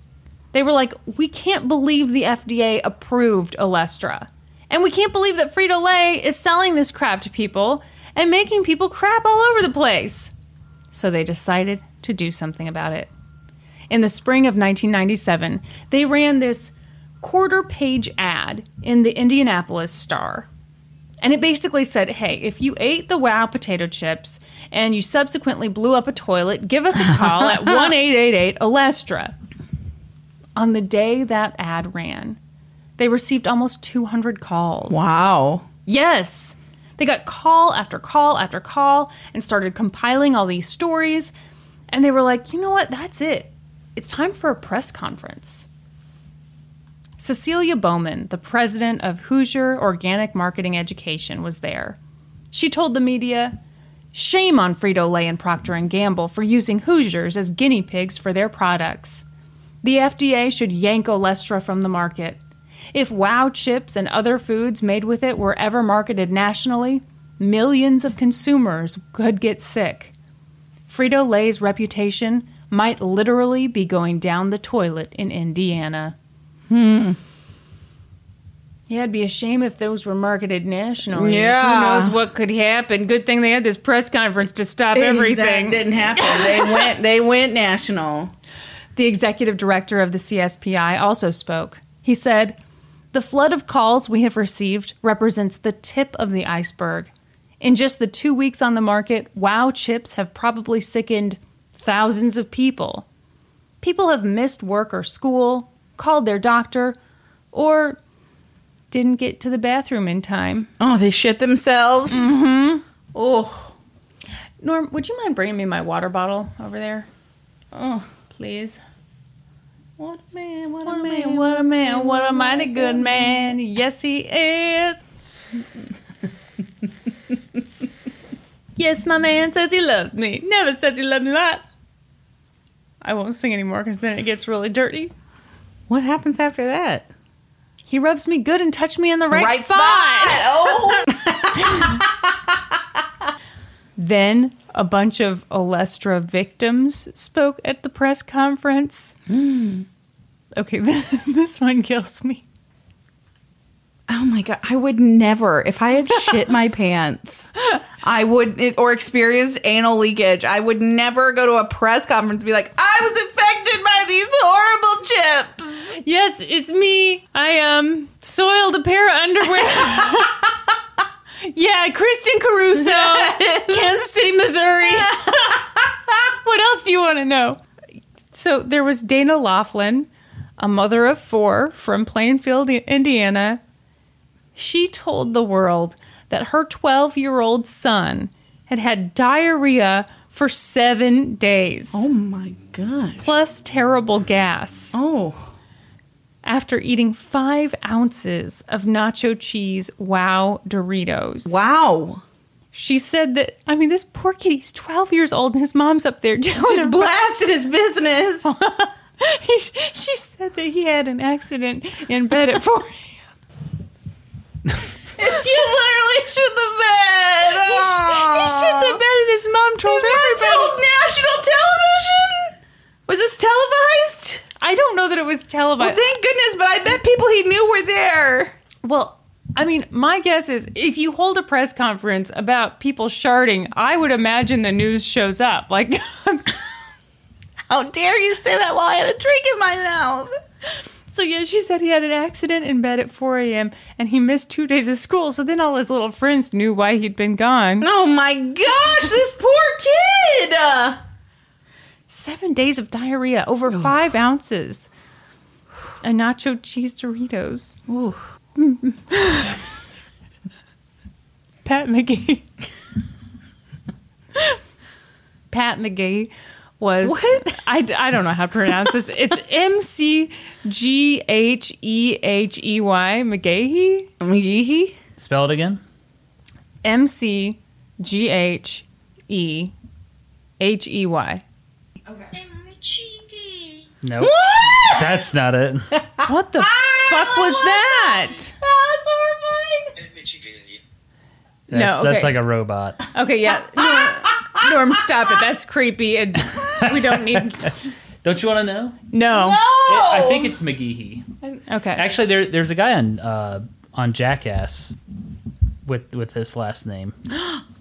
They were like, we can't believe the FDA approved Olestra. And we can't believe that Frito Lay is selling this crap to people and making people crap all over the place. So they decided to do something about it. In the spring of 1997, they ran this quarter page ad in the Indianapolis Star. And it basically said, hey, if you ate the wow potato chips and you subsequently blew up a toilet, give us a call at 1 888 Olestra. On the day that ad ran, they received almost 200 calls. Wow. Yes. They got call after call after call and started compiling all these stories. And they were like, you know what? That's it. It's time for a press conference. Cecilia Bowman, the president of Hoosier Organic Marketing Education, was there. She told the media, "Shame on Frito-Lay and Procter & Gamble for using Hoosiers as guinea pigs for their products. The FDA should yank Olestra from the market. If WOW chips and other foods made with it were ever marketed nationally, millions of consumers could get sick. Frito Lay's reputation might literally be going down the toilet in Indiana. Hmm. Yeah, it'd be a shame if those were marketed nationally. Yeah. Who knows what could happen? Good thing they had this press conference to stop everything. That didn't happen. They went. They went national. The executive director of the CSPI also spoke. He said, The flood of calls we have received represents the tip of the iceberg. In just the two weeks on the market, wow chips have probably sickened thousands of people. People have missed work or school, called their doctor, or didn't get to the bathroom in time. Oh, they shit themselves. Mm-hmm. Oh, Norm, would you mind bringing me my water bottle over there? Oh, please. what a man! What, What a a man! man, what a man, what a mighty good man. Yes, he is. yes, my man says he loves me. Never says he loved me not. I won't sing anymore because then it gets really dirty. What happens after that? He rubs me good and touched me in the right, spot. Oh, Then a bunch of Olestra victims spoke at the press conference. Mm. Okay, this, this one kills me. oh my god! I would never. If I had shit my pants, I would, it, or experienced anal leakage, I would never go to a press conference and be like, "I was infected by these horrible chips." Yes, it's me. I um soiled a pair of underwear. yeah, Kristen Caruso, Kansas City, Missouri. what else do you want to know? So there was Dana Laughlin, a mother of four from Plainfield, Indiana. She told the world that her 12 year old son had had diarrhea for seven days, Oh my god! plus terrible gas Oh, after eating five ounces of nacho cheese wow Doritos. wow! She said that, I mean, this poor kid, he's 12 years old and his mom's up there telling Just him. blasted his business. He- she said that he had an accident in bed at 4 You literally shit the bed. He shit the bed and his mom told everybody. national television. Was this televised? I don't know that it was televised. Thank goodness, but I bet people he knew were there. Well, I mean, my guess is if you hold a press conference about people sharding, I would imagine the news shows up. Like, How dare you say that while I had a drink in my mouth? So yeah, she said he had an accident in bed at 4 a.m. and he missed two days of school. So then all his little friends knew why he'd been gone. Oh my gosh, this poor kid. Uh, Seven days of diarrhea, over five ounces, a nacho cheese Doritos. Ooh. Pat McGee. Pat McGee was What? I, d- I don't know how to pronounce this. It's M C G H E H E Y McGahee. Yee-hee. Spell it again. M C G H E H E Y. I'm cheating. Nope. That's not it. Ah. What the fuck was that? That's, No, that's okay. like a robot. Okay, yeah. Norm, Norm, stop it. That's creepy, and we don't need. Don't you want to know? No. I think it's McGeehee. Okay. Actually, there, there's a guy on uh, on Jackass with with this last name.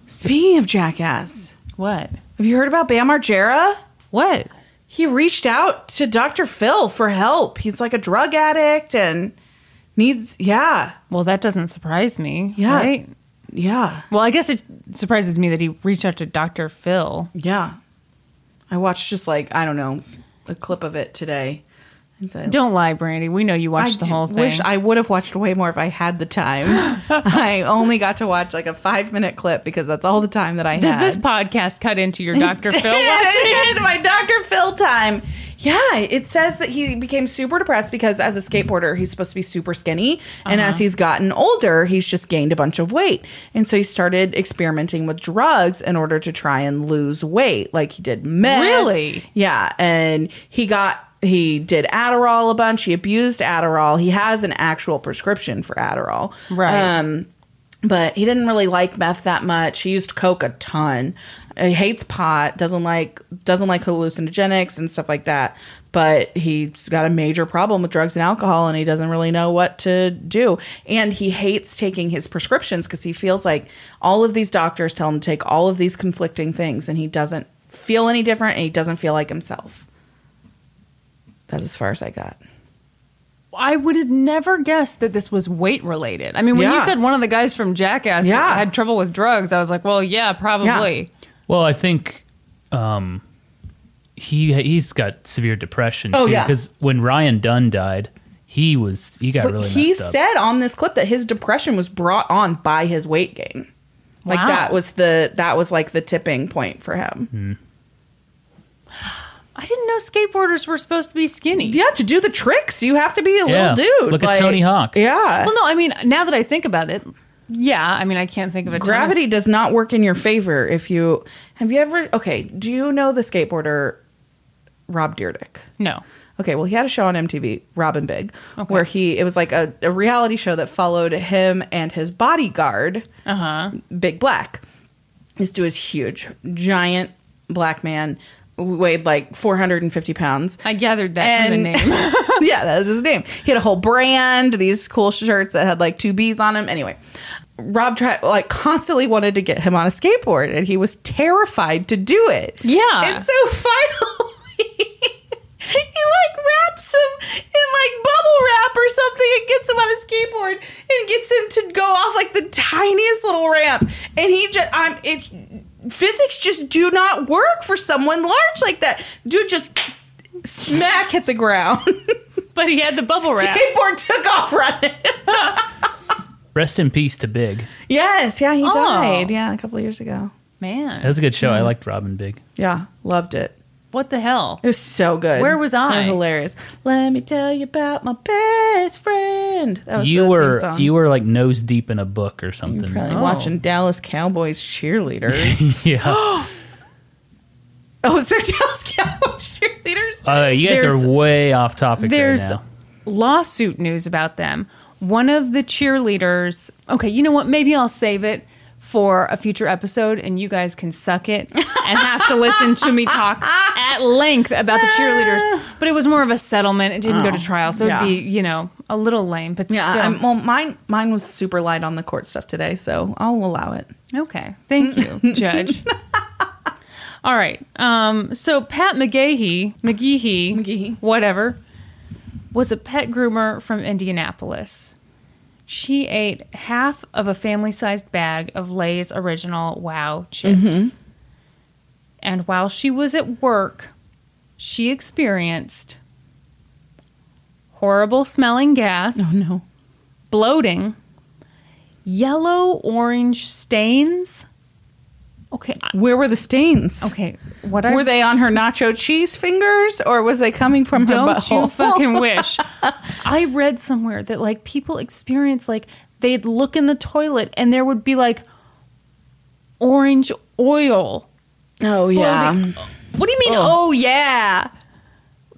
Speaking of jackass, What? have you heard about Bam Margera? What? He reached out to Dr. Phil for help. He's like a drug addict and needs, yeah, Well, that doesn't surprise me. Yeah. Right? yeah. Well, I guess it surprises me that he reached out to Dr. Phil. Yeah. I watched just like, I don't know, a clip of it today. And so Don't lie, Brandy. We know you watched the d- whole thing. wish I would have watched way more if I had the time. I only got to watch like a five minute clip because that's all the time that I Does had. this podcast cut into your Dr. Phil watching? It did, my Dr. Phil time. Yeah, it says that he became super depressed because as a skateboarder, he's supposed to be super skinny. And Uh-huh. as he's gotten older, he's just gained a bunch of weight. And so he started experimenting with drugs in order to try and lose weight. Like he did meth. Really? Yeah. And he got. He did Adderall a bunch. He abused Adderall. He has an actual prescription for Adderall. Right. Um, but he didn't really like meth that much. He used coke a ton. He hates pot. Doesn't like doesn't like hallucinogenics and stuff like that. But he's got a major problem with drugs and alcohol, and he doesn't really know what to do. And he hates taking his prescriptions because he feels like all of these doctors tell him to take all of these conflicting things, and he doesn't feel any different, and he doesn't feel like himself. That's as far as I got. I would have never guessed that this was weight related. I mean, when you Yeah. said one of the guys from Jackass Yeah. had trouble with drugs, I was like, well, yeah, probably. Well, I think um, he he's got severe depression Oh, too. yeah. Because when Ryan Dunn died, he was he got But really he messed up. said on this clip that his depression was brought on by his weight gain. Like Wow. that was the that was like the tipping point for him. Hmm. I didn't know skateboarders were supposed to be skinny. Yeah, to do the tricks, you have to be a Yeah. little dude. Look at like- Tony Hawk. Yeah. Well, no, I mean, now that I think about it, yeah, I mean, I can't think of a ton of Gravity s- does not work in your favor if you have you ever okay, do you know the skateboarder Rob Deerdick? No. Okay, well, he had a show on MTV, Robin Big, Okay. where he it was like a, a reality show that followed him and his bodyguard, uh-huh. Big Black. This dude is huge, giant black man, weighed like 450 pounds. I gathered that from the And- name. yeah, that was his name. He had a whole brand, these cool shirts that had like two B's on them. Anyway, Rob tried, like constantly wanted to get him on a skateboard, and he was terrified to do it. Yeah. and so finally. He like wraps him in like bubble wrap or something and gets him on a skateboard and gets him to go off like the tiniest little ramp. And he just, I'm, it, physics just do not work for someone large like that. Dude just smack hit the ground. But he had the bubble wrap. Skateboard took off running. Rest in peace to Big. Yes, yeah, he Oh. died. Yeah, a couple of years ago. That Man, was a good show. I liked Robin Big. Yeah, loved it. what the hell? It was so good. Where was I? They're hilarious. Let me tell you about my best friend. That was You the were theme song. you were Oh. like nose deep in a book or something. probably watching Dallas Cowboys cheerleaders. yeah. oh, is there Dallas Cowboys cheerleaders? Uh, you guys There's- are way off topic There's right now. lawsuit news about them. One of the cheerleaders, okay, you know what? Maybe I'll save it for a future episode and you guys can suck it and have to listen to me talk at length about the cheerleaders. But it was more of a settlement. It didn't go to trial. So Oh, yeah. it'd be, you know, a little lame, but Yeah, still. I'm, well, mine mine was super light on the court stuff today, so I'll allow it. Okay. Thank you, Judge. All right. Um, so Pat McGahee, McGehee, McGehee. whatever, was a pet groomer from Indianapolis. She ate half of a family sized bag of Lay's original Wow chips. And while she was at work, she experienced horrible smelling gas No, bloating, yellow orange stains. Okay, I- where were the stains? okay. What I Were they on her nacho cheese fingers, or was they coming from her don't butthole? you fucking wish? I read somewhere that like people experience like they'd look in the toilet and there would be like orange oil. Oh floating- What do you mean? Oh yeah.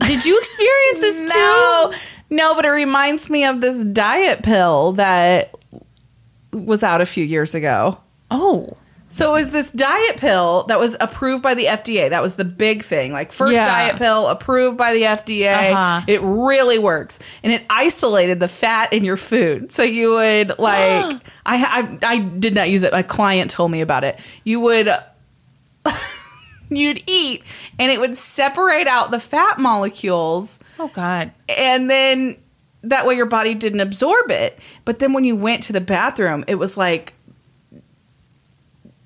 Did you experience this too? no, no, but it reminds me of this diet pill that was out a few years ago. Oh. So it was this diet pill that was approved by the FDA. That was the big thing. Like first Yeah. diet pill approved by the FDA. Uh-huh. It really works, and it isolated the fat in your food. So you would like I, I I did not use it. My client told me about it. You would you'd eat, and it would separate out the fat molecules Oh god. and then that way your body didn't absorb it. But then when you went to the bathroom, it was like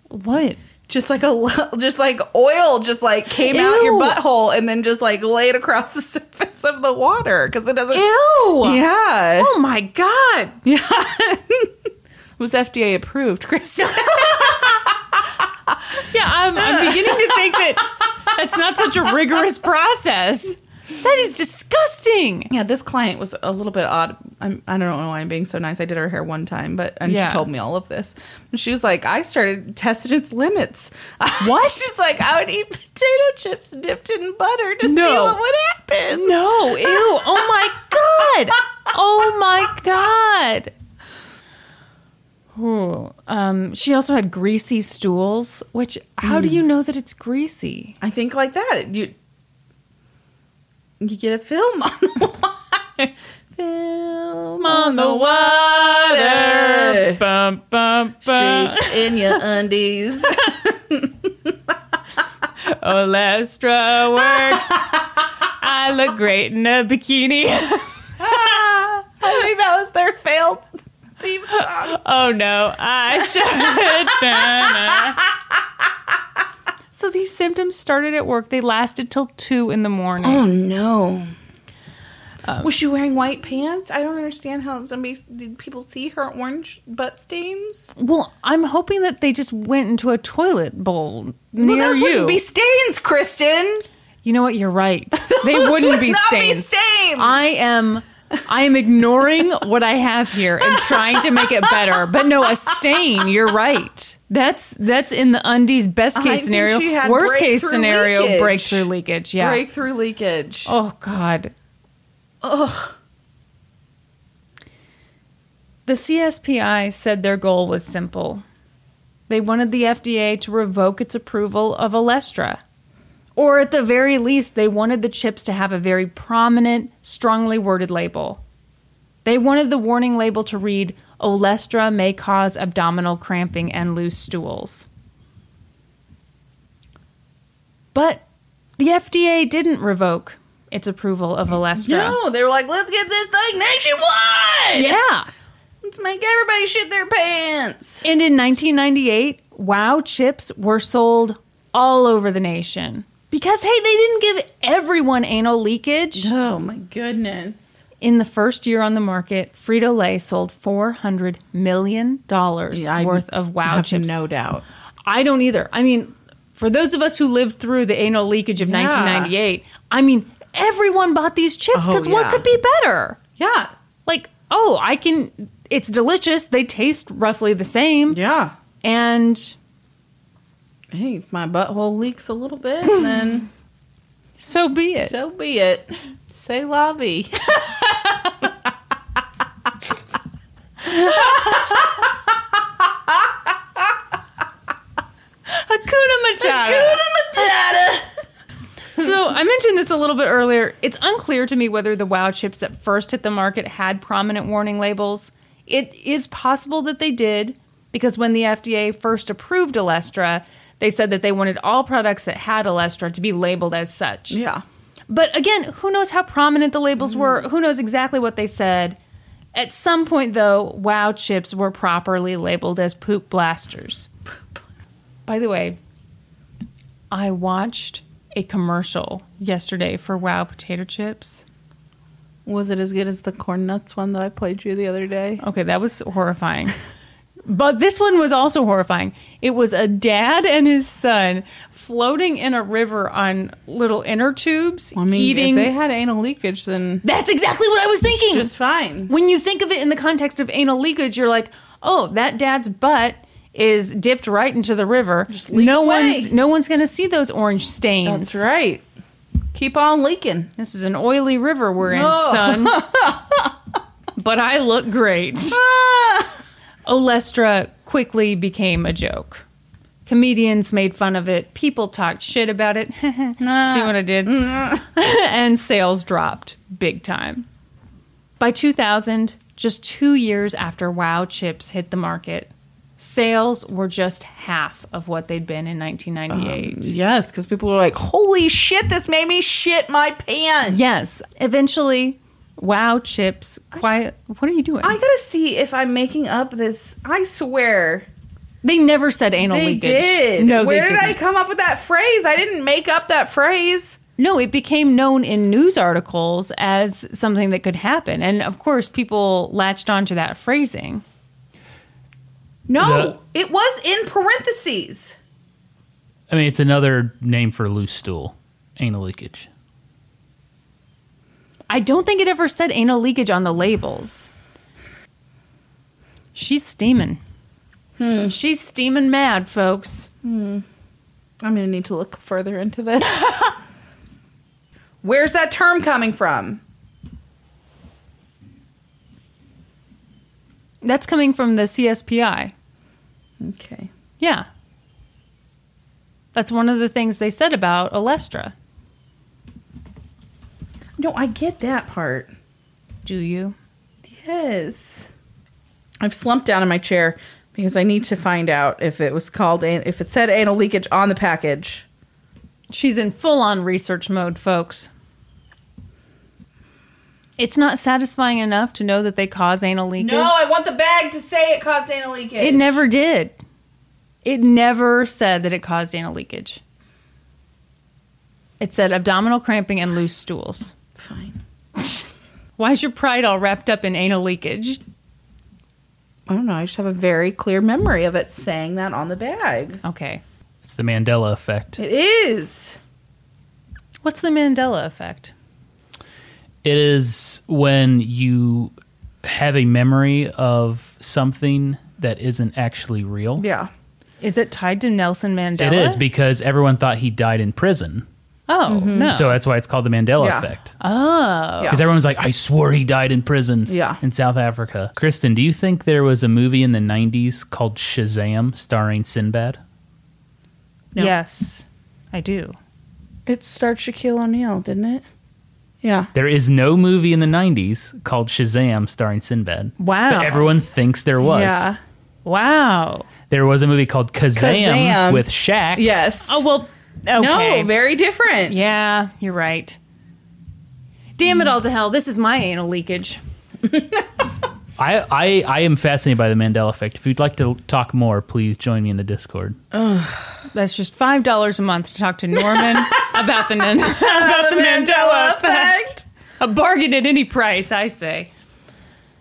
What? just like a lo- just like oil just like came out your Ew. butthole and then just like laid across the surface of the water because it doesn't. Ew. Yeah, Oh my god. it was FDA approved, Chris. Yeah, I'm, I'm beginning to think that that's not such a rigorous process. That is disgusting. yeah, this client was a little bit odd. I'm, I don't know why I'm being so nice. I did her hair one time, but and Yeah. she told me all of this. And she was like, I started testing its limits. What? She's like, I would eat potato chips dipped in butter to see No. what would happen. No, ew. Oh my god. Oh my god. Ooh. Um, she also had greasy stools, which, how do you know that it's greasy? I think like that. You you get a film on the water. film on the water. Bum, bum, bum. Streak in your undies. Olestra Oh, works. I look great in a bikini. I think Oh, that was their failed theme song. Oh no, I should. so these symptoms started at work. They lasted till two in the morning. Oh, no. Um, was she wearing white pants? I don't understand how somebody did people see her orange butt stains? Well, I'm hoping that they just went into a toilet bowl near well, those you. wouldn't be stains, Kristen. you know what? You're right. They wouldn't would be not be stains. stains. I am. I am ignoring what I have here and trying to make it better. But no, a stain. You're right. That's that's in the undies. Best I case think scenario. she had Worst case breakthrough scenario. leakage. Breakthrough leakage. Yeah. Breakthrough leakage. Oh God. Ugh. The CSPI said their goal was simple. They wanted the FDA to revoke its approval of Alestra. Or at the very least, they wanted the chips to have a very prominent, strongly worded label. They wanted the warning label to read Olestra may cause abdominal cramping and loose stools. But the FDA didn't revoke its approval of Olestra. No, they were like, let's get this thing nationwide. Yeah. Let's make everybody shit their pants. And in 1998, WoW chips were sold all over the nation. Because, hey, they didn't give everyone anal leakage. Oh my goodness. In the first year on the market, Frito Lay sold $400 million worth of WoW chips. no doubt. I don't either. I mean, for those of us who lived through the anal leakage of Yeah. 1998, I mean, everyone bought these chips Oh, because yeah. what could be better? Yeah. Like, oh, I can, it's delicious. They taste roughly the same. Yeah. And Hey, if my butthole leaks a little bit, then so be it. so be it. Say lovey. Hakuna Matata. so I mentioned this a little bit earlier. It's unclear to me whether the WoW chips that first hit the market had prominent warning labels. It is possible that they did, because when the FDA first approved Alestra, they said that they wanted all products that had Alestra to be labeled as such. Yeah. But again, who knows how prominent the labels were? Mm. Who knows exactly what they said? At some point, though, WoW chips were properly labeled as poop blasters. By the way, I watched a commercial yesterday for WoW potato chips. Was it as good as the corn nuts one that I played you the other day? Okay, that was horrifying. but this one was also horrifying. It was a dad and his son floating in a river on little inner tubes, I mean, eating. if they had anal leakage, then That's exactly what I was thinking. just fine. when you think of it in the context of anal leakage, you're like, oh, that dad's butt is dipped right into the river. leak no away. one's no one's gonna see those orange stains. That's right. Keep on leaking. This is an oily river we're in, No. son. but I look great. Ah. Olestra quickly became a joke. Comedians made fun of it. People talked shit about it. See what I did? and sales dropped big time. By 2000, just two years after WoW chips hit the market, sales were just half of what they'd been in 1998. Um, Yes, because people were like, holy shit, this made me shit my pants. Yes. Eventually, wow chips quiet. What are you doing? I gotta see if I'm making up this. I swear. they never said anal They leakage. did. No, Where they did didn't. I come up with that phrase? I didn't make up that phrase. no, it became known in news articles as something that could happen. And of course, people latched onto that phrasing. No, it was in parentheses. I mean, it's another name for loose stool, anal leakage. I don't think it ever said anal leakage on the labels. She's steaming. She's steaming mad, folks. I'm gonna need to look further into this. Where's that term coming from? That's coming from the CSPI. Okay. Yeah. That's one of the things they said about Olestra. No, I get that part. Do you? Yes. I've slumped down in my chair because I need to find out if it was called an- if it said anal leakage on the package. She's in full on research mode, folks. It's not satisfying enough to know that they cause anal leakage. want the bag to say it caused anal leakage. it never did. It never said that it caused anal leakage. It said abdominal cramping and loose stools. Fine. Why is your pride all wrapped up in anal leakage? I don't know. I just have a very clear memory of it saying that on the bag. Okay. It's the Mandela effect. It is. What's the Mandela effect? It is when you have a memory of something that isn't actually real. Yeah. Is it tied to Nelson Mandela? It is because everyone thought he died in prison. oh, no. So that's why it's called the Mandela Yeah. effect. oh. Because everyone's like, I swore he died in prison Yeah. in South Africa. Kristen, do you think there was a movie in the 90s called Shazam starring Sinbad? No. Yes, I do. It starred Shaquille O'Neal, didn't it? Yeah. There is no movie in the 90s called Shazam starring Sinbad. Wow. But everyone thinks there was. Yeah. Wow. There was a movie called Kazam, Kazam. with Shaq. Yes. Oh, well, okay. No, very different. yeah, you're right. Damn it all to hell. This is my anal leakage. I, I, I am fascinated by the Mandela effect. If you'd like to talk more, please join me in the Discord. That's just $5 a month to talk to Norman about the, nan- about the Mandela effect. A bargain at any price, I say.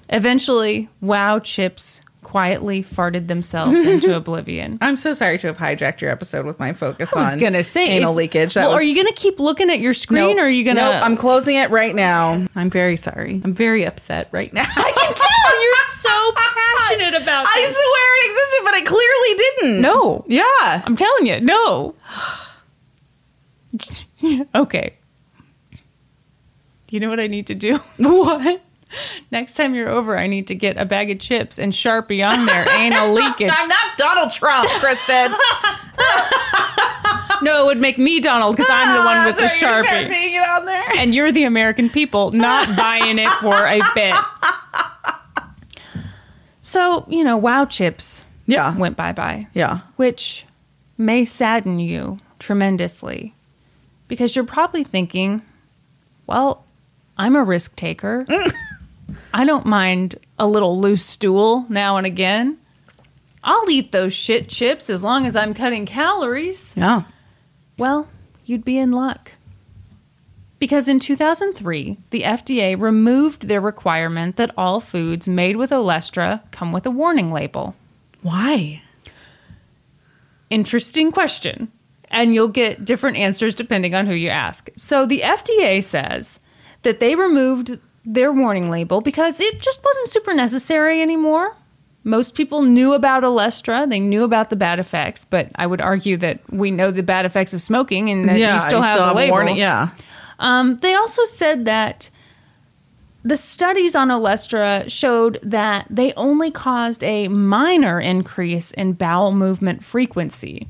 Eventually, wow chips quietly farted themselves into oblivion. I'm so sorry to have hijacked your episode with my focus I was on gonna say anal if- leakage. That well, are was- you gonna keep looking at your screen, Nope. or are you gonna? Nope, I'm closing it right now. I'm very sorry. I'm very upset right now. I can tell you're so passionate about I this. swear it existed, but it clearly didn't. No. Yeah. I'm telling you, no. okay. You know what I need to do? What? Next time you're over, I need to get a bag of chips and Sharpie on there, anal leakage. I'm not Donald Trump, Kristen. No, it would make me Donald because I'm the one with the Ah, That's right, Sharpie. you're Sharpieing it on there. and you're the American people not buying it for a bit. So, you know, wow chips Yeah. went bye bye, Yeah. which may sadden you tremendously because you're probably thinking, well, I'm a risk taker. I don't mind a little loose stool now and again. I'll eat those shit chips as long as I'm cutting calories. Yeah. Well, you'd be in luck. Because in 2003, the FDA removed their requirement that all foods made with Olestra come with a warning label. Why? Interesting question. And you'll get different answers depending on who you ask. So the FDA says that they removed their warning label because it just wasn't super necessary anymore. Most people knew about Olestra, they knew about the bad effects, but I would argue that we know the bad effects of smoking and that you still have the label. warning. Yeah. Um, they also said that the studies on Olestra showed that they only caused a minor increase in bowel movement frequency.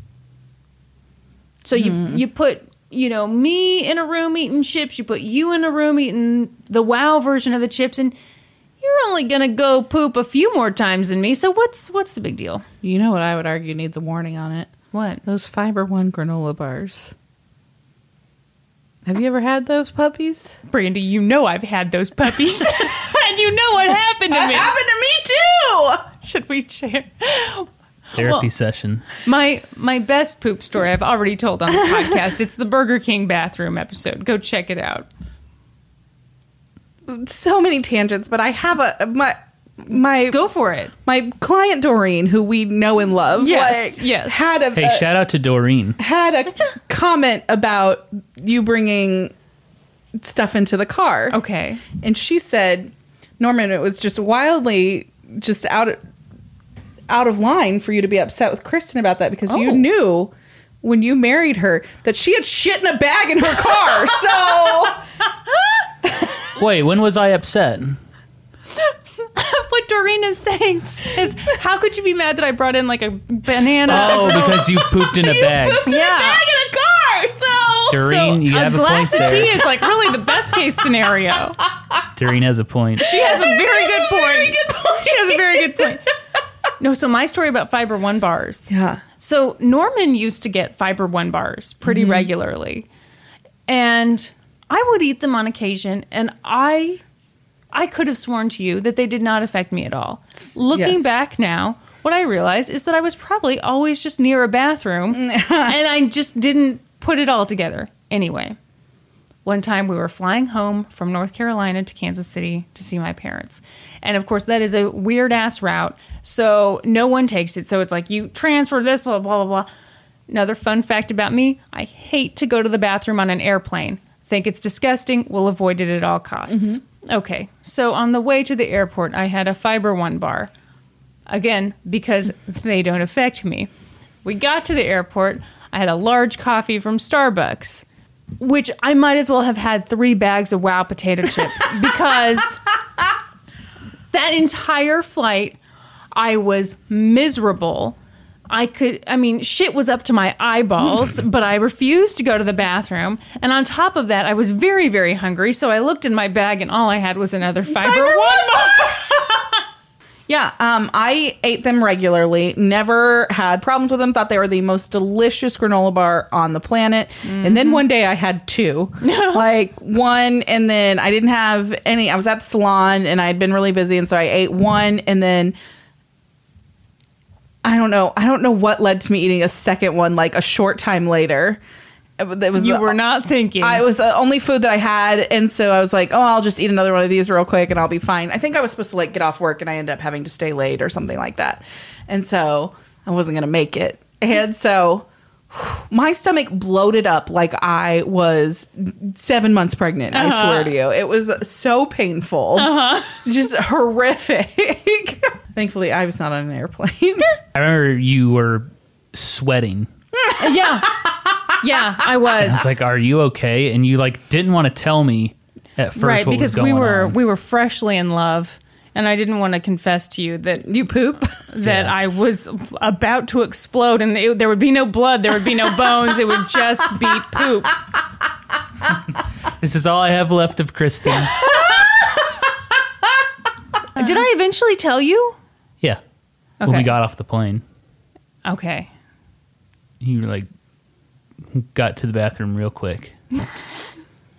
So you you put you know me in a room eating chips, you put you in a room eating the wow version of the chips, and you're only gonna go poop a few more times than me. So what's what's the big deal? You know what I would argue needs a warning on it? What? Those Fiber One granola bars. Have you ever had those puppies? Brandy, you know I've had those puppies, and you know what happened to me. to me too. Should we share? Therapy Well- session. My my best poop story I've already told on the podcast. It's the Burger King bathroom episode. Go check it out. So many tangents, but I have a my my Go for it. my client Doreen, who we know and love, Yes, like, yes. had a, Hey, a- shout out to Doreen. had a comment about you bringing stuff into the car. Okay. and she said norman it was just wildly just out out of line for you to be upset with kristen about that because you Oh. knew when you married her that she had shit in a bag in her car so Wait, when was I upset? what what Doreen is saying is, how could you be mad that I brought in like a banana? Oh, because you pooped in a bag. Pooped in Yeah. a bag in a car. So Doreen, you so have a a point glass of tea there. is like really the best case scenario. Doreen has a point. She has a very good point. Very good point. She has a very good point. No, so my story about Fiber One bars. Yeah. So Norman used to get Fiber One bars pretty regularly, and I would eat them on occasion, and I. I could have sworn to you that they did not affect me at all. Looking yes. back now, what I realize is that I was probably always just near a bathroom and I just didn't put it all together. Anyway, one time we were flying home from North Carolina to Kansas City to see my parents. And of course, that is a weird ass route. So no one takes it. So it's like you transfer this, blah, blah, blah, blah. Another fun fact about me I hate to go to the bathroom on an airplane. Think it's disgusting, will avoid it at all costs. Okay, so on the way to the airport, I had a Fiber One bar again because they don't affect me. We got to the airport. I had a large coffee from Starbucks, which I might as well have had three bags of wow potato chips because that entire flight I was miserable. I could, I mean, shit was up to my eyeballs, but I refused to go to the bathroom. And on top of that, I was very, very hungry. So I looked in my bag and all I had was another fiber, Fiber one. Yeah, um, I ate them regularly. Never had problems with them. Thought they were the most delicious granola bar on the planet. And Mm-hmm. then one day I had two, like one, and then I didn't have any. I was at the salon and I had been really busy, and so I ate one, and then I don't know. I don't know what led to me eating a second one, like a short time later. It was You the- were not thinking. I it was the only food that I had, and so I was like, "Oh, I'll just eat another one of these real quick, and I'll be fine." I think I was supposed to like get off work, and I ended up having to stay late or something like that, and so I wasn't gonna make it, and so my stomach bloated up like I was seven months pregnant. I swear to you, it was so painful, just horrific. Thankfully, I was not on an airplane. I remember you were sweating. Yeah. Yeah, I was. It's like, are you okay? And you like didn't want to tell me at first right, what was because going we were on. we were freshly in love and I didn't want to confess to you that you poop. that Yeah. I was about to explode and it, there would be no blood, there would be no bones, it would just be poop. this is all I have left of Kristen. Did I eventually tell you? yeah. When Okay. we got off the plane, Okay. you like got to the bathroom real quick.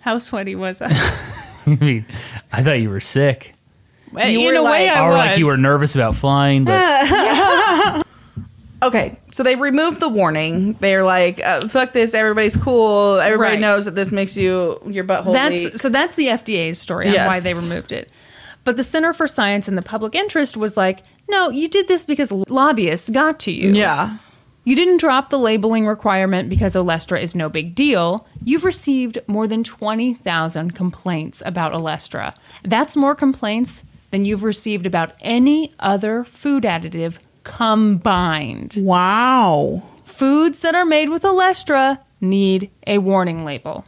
How sweaty was I? I mean, I thought you were sick. In were a way, like- I or was. like you were nervous about flying, but Okay, so they removed the warning. They're like, uh, "Fuck this! Everybody's cool. Everybody Right. knows that this makes you your butthole." leak. That's so that's the FDA's story on why Yes. they removed it. But the Center for Science and the Public Interest was like, no, you did this because lobbyists got to you. yeah, You didn't drop the labeling requirement because Olestra is no big deal. You've received more than 20,000 complaints about Olestra. That's more complaints than you've received about any other food additive combined. wow. Foods that are made with Olestra need a warning label.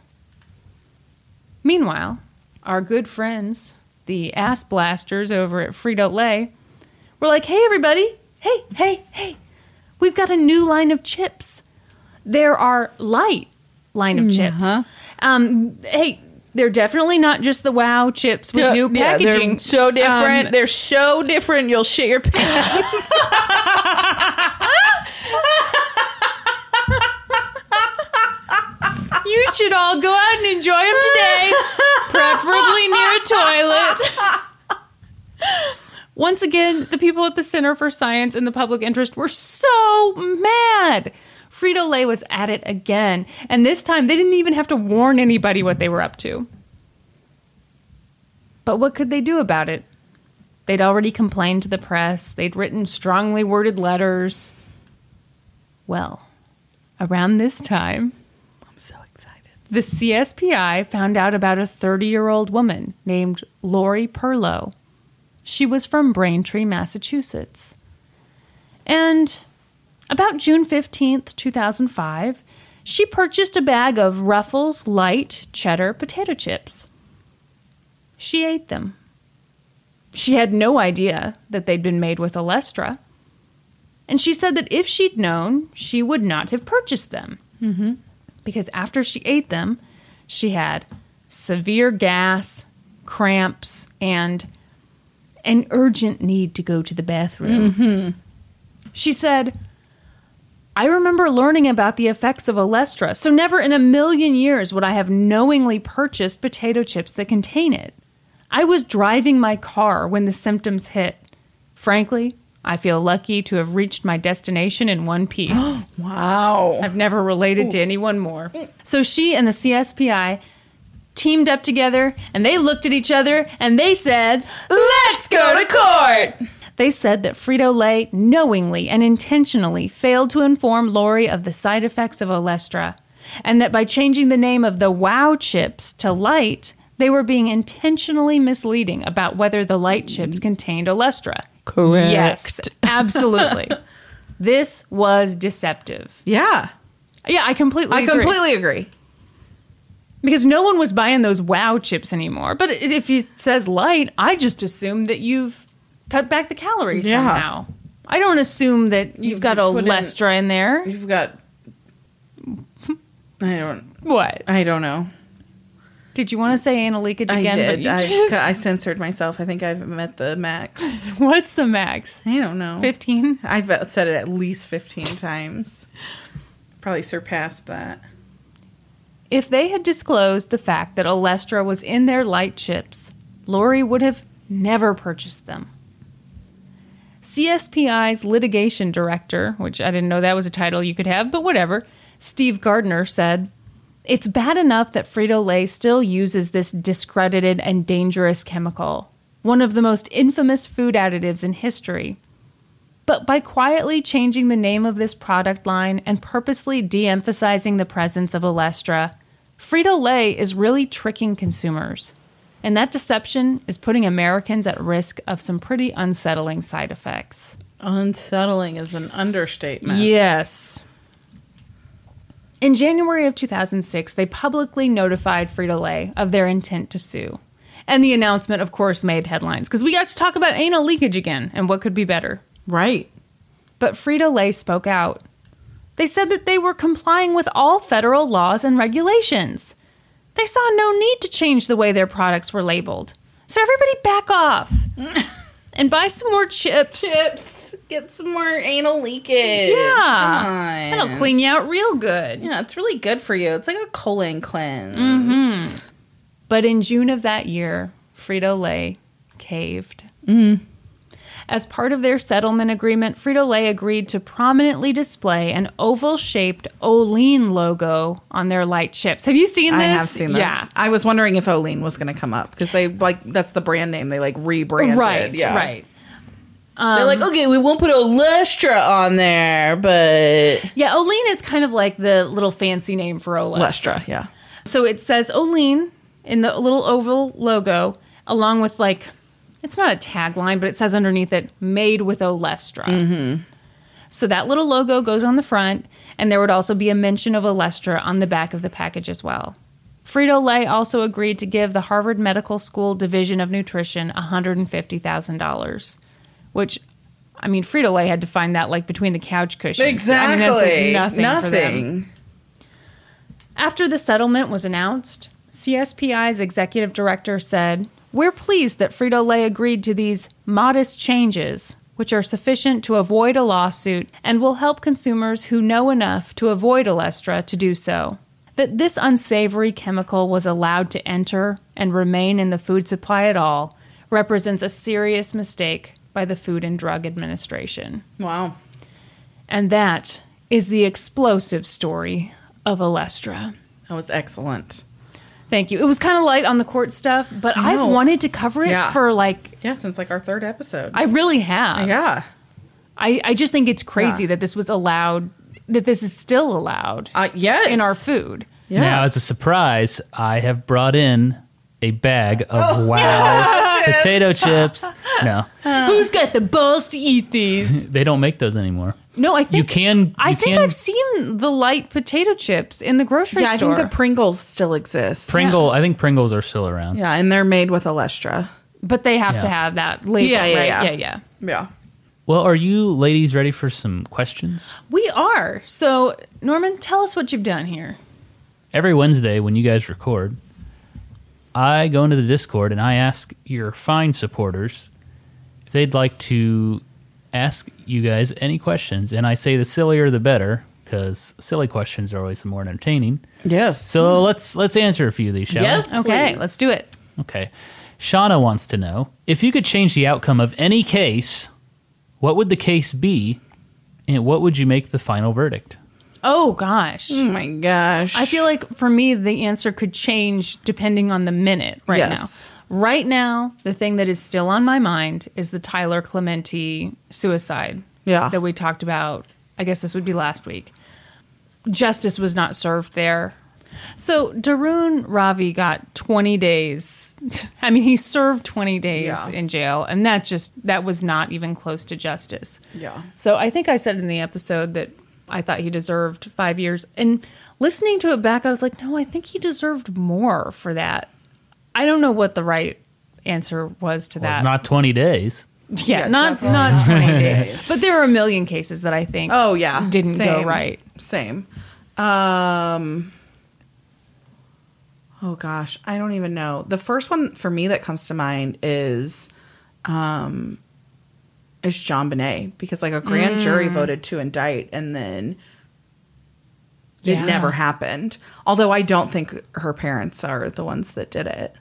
Meanwhile, our good friends, the ass blasters over at Frito Lay, were like, hey, everybody, hey, hey, hey, we've got a new line of chips. There are light line of Mm-hmm. chips. Um, hey, they're definitely not just the wow chips with new Yeah, they're packaging. so different. Um, they're so different. You'll shit your pants. you should all go out and enjoy them today, preferably near a toilet. Once again, the people at the Center for Science and the Public Interest were so mad. Frito Lay was at it again, and this time they didn't even have to warn anybody what they were up to. But what could they do about it? They'd already complained to the press, they'd written strongly worded letters. Well, around this time, I'm so excited. the CSPI found out about a 30 year old woman named Lori Perlow. She was from Braintree, Massachusetts. And about June 15th, 2005, she purchased a bag of Ruffles light cheddar potato chips. She ate them. She had no idea that they'd been made with Olestra. And she said that if she'd known, she would not have purchased them. Mm-hmm. Because after she ate them, she had severe gas, cramps, and an urgent need to go to the bathroom. She said, I remember learning about the effects of Olestra, so never in a million years would I have knowingly purchased potato chips that contain it. I was driving my car when the symptoms hit. Frankly, I feel lucky to have reached my destination in one piece. Wow. I've never related to anyone more. So she and the CSPI teamed up together and they looked at each other and they said, Let's go to court! They said that Frito Lay knowingly and intentionally failed to inform Lori of the side effects of Olestra, and that by changing the name of the Wow chips to Light, they were being intentionally misleading about whether the Light chips contained Olestra. Correct. Yes, absolutely. this was deceptive. Yeah. Yeah, I completely I agree. completely agree. Because no one was buying those wow chips anymore. But i- if it says light, I just assume that you've cut back the calories Yeah. somehow. I don't assume that you've, You've got a put in- Lestra in, there. You've got I don't What? I don't know. Did you want to say anal leakage again? I But did. you I, just- I censored myself. I think I've met the max. what's the max? I don't know. 15? I've said it at least 15 times. Probably surpassed that. If they had disclosed the fact that Olestra was in their light chips, Lori would have never purchased them. CSPI's litigation director, which I didn't know that was a title you could have, but whatever, Steve Gardner said, It's bad enough that Frito Lay still uses this discredited and dangerous chemical, one of the most infamous food additives in history. But by quietly changing the name of this product line and purposely de emphasizing the presence of Olestra, Frito Lay is really tricking consumers. And that deception is putting Americans at risk of some pretty unsettling side effects. Unsettling is an understatement. Yes. In January of 2006, they publicly notified Frito Lay of their intent to sue. And the announcement, of course, made headlines because we got to talk about anal leakage again and what could be better. Right. But Frito Lay spoke out. They said that they were complying with all federal laws and regulations. They saw no need to change the way their products were labeled. So everybody back off and buy some more chips. Tips. Get some more anal leakage. Yeah. Come on. That'll clean you out real good. Yeah, it's really good for you. It's like a colon cleanse. Mm-hmm. But in June of that year, Frito Lay caved. Mm-hmm. As part of their settlement agreement, Frito Lay agreed to prominently display an oval shaped Olean logo on their light chips. Have you seen this? I have seen this. Yeah. I was wondering if Olean was going to come up because they like that's the brand name they like rebranded. Right, Yeah. right. Um, They're like, okay, we won't put Olestra on there, but Yeah, Olean is kind of like the little fancy name for Olestra. Lestra, yeah. So it says Olean in the little oval logo, along with like, it's not a tagline, but it says underneath it, made with Olestra. So that little logo goes on the front, and there would also be a mention of Olestra on the back of the package as well. Frito Lay also agreed to give the Harvard Medical School Division of Nutrition $150,000, which, I mean, Frito Lay had to find that like between the couch cushions. I mean, that's, like, nothing. for them. After the settlement was announced, CSPI's executive director said, We're pleased that Frito Lay agreed to these modest changes, which are sufficient to avoid a lawsuit and will help consumers who know enough to avoid Olestra to do so. That this unsavory chemical was allowed to enter and remain in the food supply at all represents a serious mistake by the Food and Drug Administration. Wow. And that is the explosive story of Olestra. That was excellent. Thank you. It was kind of light on the court stuff, but I I've know. wanted to cover it Yeah. for like Yeah, since like our third episode. I really have. yeah. I, I just think it's crazy Yeah. that this was allowed that this is still allowed Uh, yes. in our food. Yeah. Now, as a surprise, I have brought in a bag of Oh. wow potato chips. No, Uh. Who's got the balls to eat these? they don't make those anymore. No, I think You can. I you think can, I've seen the light potato chips in the grocery yeah, I store. think the Pringles still exist. Pringle. I think Pringles are still around. yeah, and they're made with Olestra. But they have to Yeah. have that label, Yeah, yeah, right? yeah. yeah, yeah. Yeah. Well, are you ladies ready for some questions? We are. So, Norman, tell us what you've done here. every Wednesday when you guys record, I go into the Discord and I ask your fine supporters if they'd like to ask you guys any questions. And I say the sillier the better because silly questions are always the more entertaining. Yes. So let's let's answer a few of these, shall we? Yes. Okay, Please. let's do it. Okay. Shauna wants to know if you could change the outcome of any case, what would the case be, and what would you make the final verdict? Oh gosh. oh my gosh. I feel like for me, the answer could change depending on the minute right Yes. now. Right now, the thing that is still on my mind is the Tyler Clementi suicide Yeah. that we talked about. I guess this would be last week. Justice was not served there. So Darun Ravi got 20 days. I mean, he served 20 days Yeah. in jail, and that just that was not even close to justice. Yeah. So I think I said in the episode that I thought he deserved five years. And listening to it back, I was like, no, I think he deserved more for that. I don't know what the right answer was to Well, that. it's not 20 days. yeah, Yeah, not definitely not twenty days, but there are a million cases that I think. Oh yeah. didn't go Same. right. Same. Um Oh gosh, I don't even know. The first one for me that comes to mind is um is John Bonet because like a grand Mm. jury voted to indict and then Yeah. it never happened. Although I don't think her parents are the ones that did it.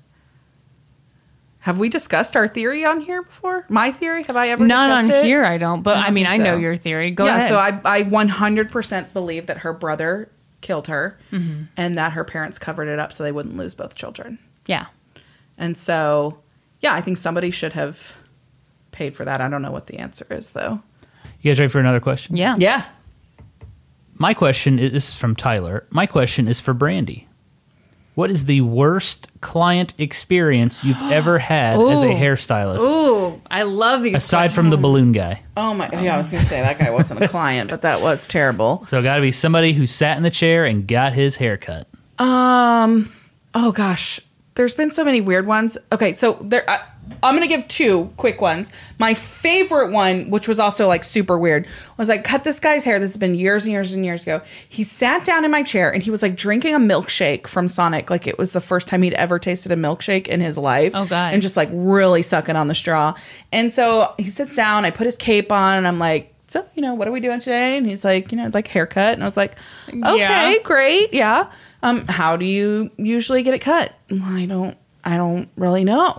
Have we discussed our theory on here before? My theory? Have I ever Not on discussed it? here, I don't. But I, mean, think I know so. your theory. Go yeah, ahead. so I I 100% believe that her brother killed her Mm-hmm. and that her parents covered it up so they wouldn't lose both children. yeah, And so, yeah, I think somebody should have paid for that. I don't know what the answer is though. You guys ready for another question? yeah, Yeah. My question is this is from Tyler. My question is for Brandy. What is the worst client experience you've ever had as a Ooh. hairstylist? Ooh, I love these. Aside from the questions. balloon guy. Oh my yeah, I was going to say that guy wasn't a client, but that was terrible. So got to be somebody who sat in the chair and got his haircut. Um. Oh gosh, there's been so many weird ones. Okay, so there. I, I'm gonna give two quick ones. My favorite one, which was also like super weird, was I cut this guy's hair. This has been years and years and years ago. He sat down in my chair and he was like drinking a milkshake from Sonic, like it was the first time he'd ever tasted a milkshake in his life. Oh, God. And just like really sucking on the straw. And so he sits down. I put his cape on and I'm like. So, you know, what are we doing today? And he's like, you know, I'd like a haircut. And I was like, okay, Yeah. great yeah um how do you usually get it cut "Well, i don't i don't really know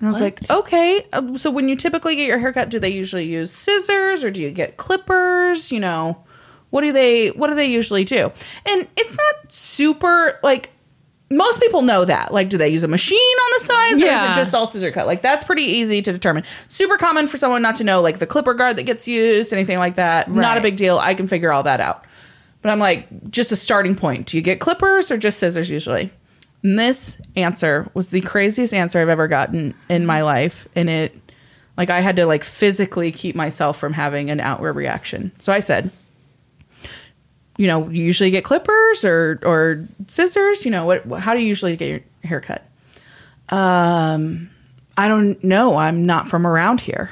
and i was like okay um, so when you typically get your haircut do they usually use scissors or do you get clippers you know what do they what do they usually do and it's not super like most people know that. Like, do they use a machine on the sides or Yeah. is it just all scissor cut? Like, that's pretty easy to determine. Super common for someone not to know, like, the clipper guard that gets used, anything like that. Not a Right. big deal. I can figure all that out. But I'm like, just a starting point. Do you get clippers or just scissors usually? And this answer was the craziest answer I've ever gotten in my life. And it, like, I had to, like, physically keep myself from having an outward reaction. So I said, you know, you usually get clippers or or scissors. You know, what? How do you usually get your hair cut? Um, I don't know. I'm not from around here.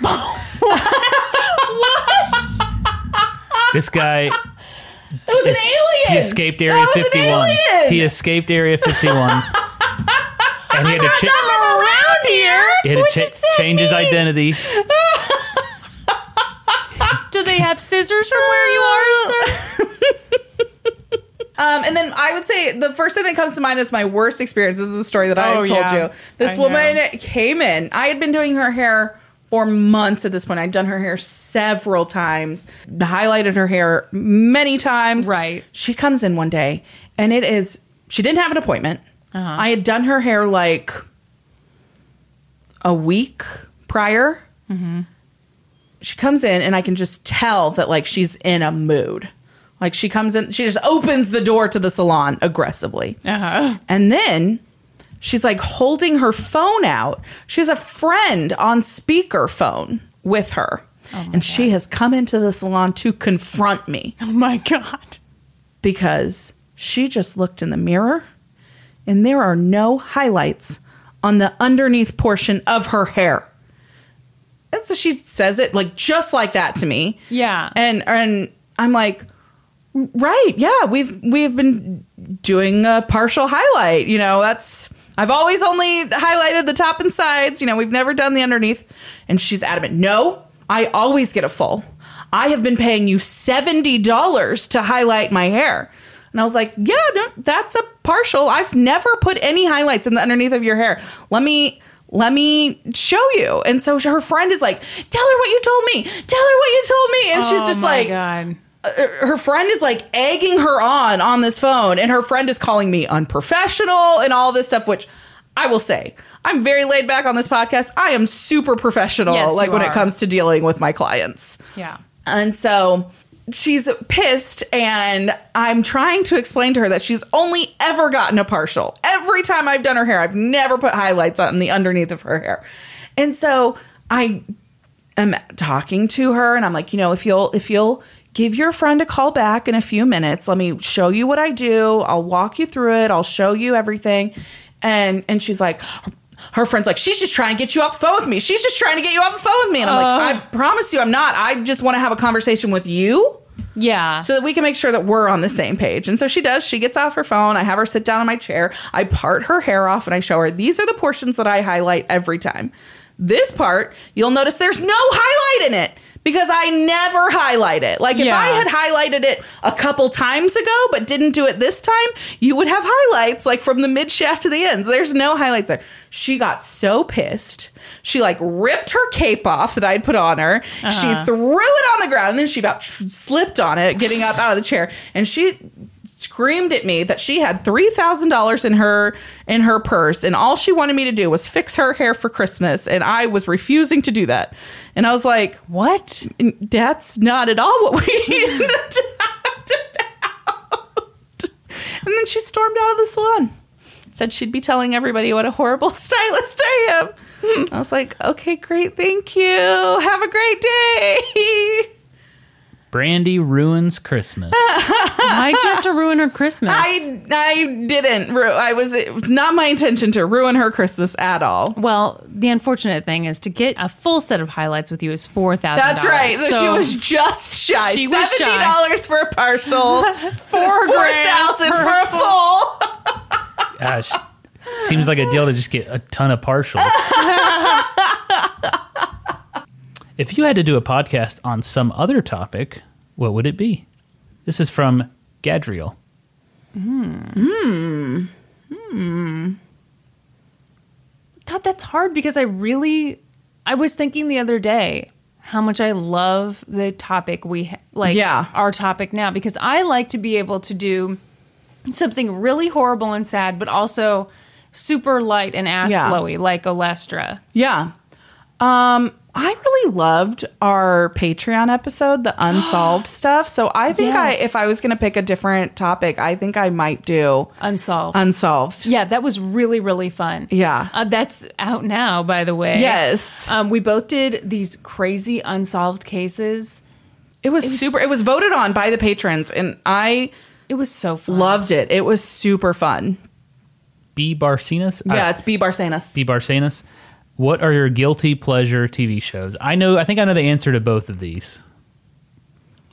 This guy It was es- he escaped Area That was an 51. alien! He escaped Area 51. and he had to, cha- around here. he had to cha- change his identity. Do they have scissors from where you are, sir? Um, and then I would say the first thing that comes to mind is my worst experience. This is a story that I Oh, have told yeah. you. This I woman know. came in. I had been doing her hair for months at this point. I'd done her hair several times, highlighted her hair many times. Right. She comes in one day and it is, she didn't have an appointment. Uh-huh. I had done her hair like a week prior. Mm-hmm. She comes in and I can just tell that like she's in a mood. Like she comes in, she just opens the door to the salon aggressively. Uh-huh. And then she's like holding her phone out. She has a friend on speakerphone with her. Oh and she has come into the salon to confront me Oh my god. because she just looked in the mirror and there are no highlights on the underneath portion of her hair. And so she says it like just like that to me. Yeah. And and I'm like, right, yeah, we've we've been doing a partial highlight. You know, that's I've always only highlighted the top and sides. You know, we've never done the underneath. And she's adamant, no, I always get a full. I have been paying you seventy dollars to highlight my hair. And I was like, yeah, no, that's a partial. I've never put any highlights in the underneath of your hair. Let me let me show you. And so her friend is like, tell her what you told me. Tell her what you told me. And she's Oh just my like, God. her friend is like egging her on on this phone and her friend is calling me unprofessional and all this stuff which i will say i'm very laid back on this podcast i am super professional Yes, like you when it are. comes to dealing with my clients Yeah. and so she's pissed, and I'm trying to explain to her that she's only ever gotten a partial. Every time I've done her hair, I've never put highlights on the underneath of her hair. And so I am talking to her and I'm like, you know, if you'll if you'll give your friend a call back in a few minutes, let me show you what I do. I'll walk you through it. I'll show you everything. And and she's like her friend's like, she's just trying to get you off the phone with me. She's just trying to get you off the phone with me. And I'm like, I promise you I'm not. I just want to have a conversation with you Yeah. so that we can make sure that we're on the same page. And so she does. She gets off her phone. I have her sit down on my chair. I part her hair off and I show her these are the portions that I highlight every time. This part, you'll notice there's no highlight in it because I never highlight it. Like if Yeah. I had highlighted it a couple times ago but didn't do it this time, you would have highlights like from the mid shaft to the ends. There's no highlights there. She got so pissed. She like ripped her cape off that I'd put on her. She threw it on the ground and then she about tr- slipped on it getting up out of the chair and she screamed at me that she had $3000 in her in her purse and all she wanted me to do was fix her hair for Christmas and I was refusing to do that. And I was like, what? that's not at all what we talked about. And then she stormed out of the salon. Said she'd be telling everybody what a horrible stylist I am. I was like, okay, great, thank you. Have a great day. Brandy ruins Christmas. Why'd you have to ruin her Christmas? I I didn't. Ru- I was it was not my intention to ruin her Christmas at all. well, the unfortunate thing is to get a full set of highlights with you is four thousand. That's right. So she was just shy. She was shy. Seventy dollars for a partial, four four thousand for a full. Gosh, seems like a deal to just get a ton of partials. if you had to do a podcast on some other topic, what would it be? This is from Gadriel. God, that's hard because I really, I was thinking the other day how much I love the topic we ha- like, Yeah. our topic now because I like to be able to do something really horrible and sad, but also super light and ass Yeah. blowy like Olestra. Yeah. Um, I really loved our Patreon episode, the unsolved stuff. So I think I, Yes. if I was going to pick a different topic, I think I might do Unsolved. unsolved. yeah, that was really really fun. Yeah. uh, that's out now, by the way. Yes. um, we both did these crazy unsolved cases. It was, super. It was voted on by the patrons, and I It was so fun. loved it. It was super fun. B. Barcenas? I- Yeah, it's B Barsanas. B. Barcenas. What are your guilty pleasure TV shows? I know. I think I know the answer to both of these.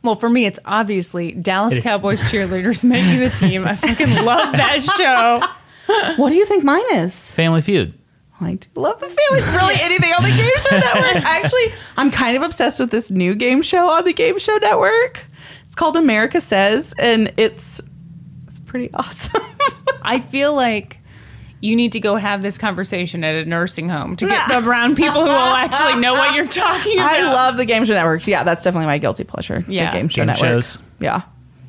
Well, for me, it's obviously Dallas It is. Cowboys cheerleaders making the team. I fucking love that show. what do you think mine is? Family Feud. I do love the feeling. Really, anything on the Game Show Network. Actually, I'm kind of obsessed with this new game show on the Game Show Network. It's called America Says, and it's it's pretty awesome. I feel like you need to go have this conversation at a nursing home to get around people who will actually know what you're talking about. I love the Game Show Network. Yeah, that's definitely my guilty pleasure. Yeah. the Game Show Game Network. shows. Yeah.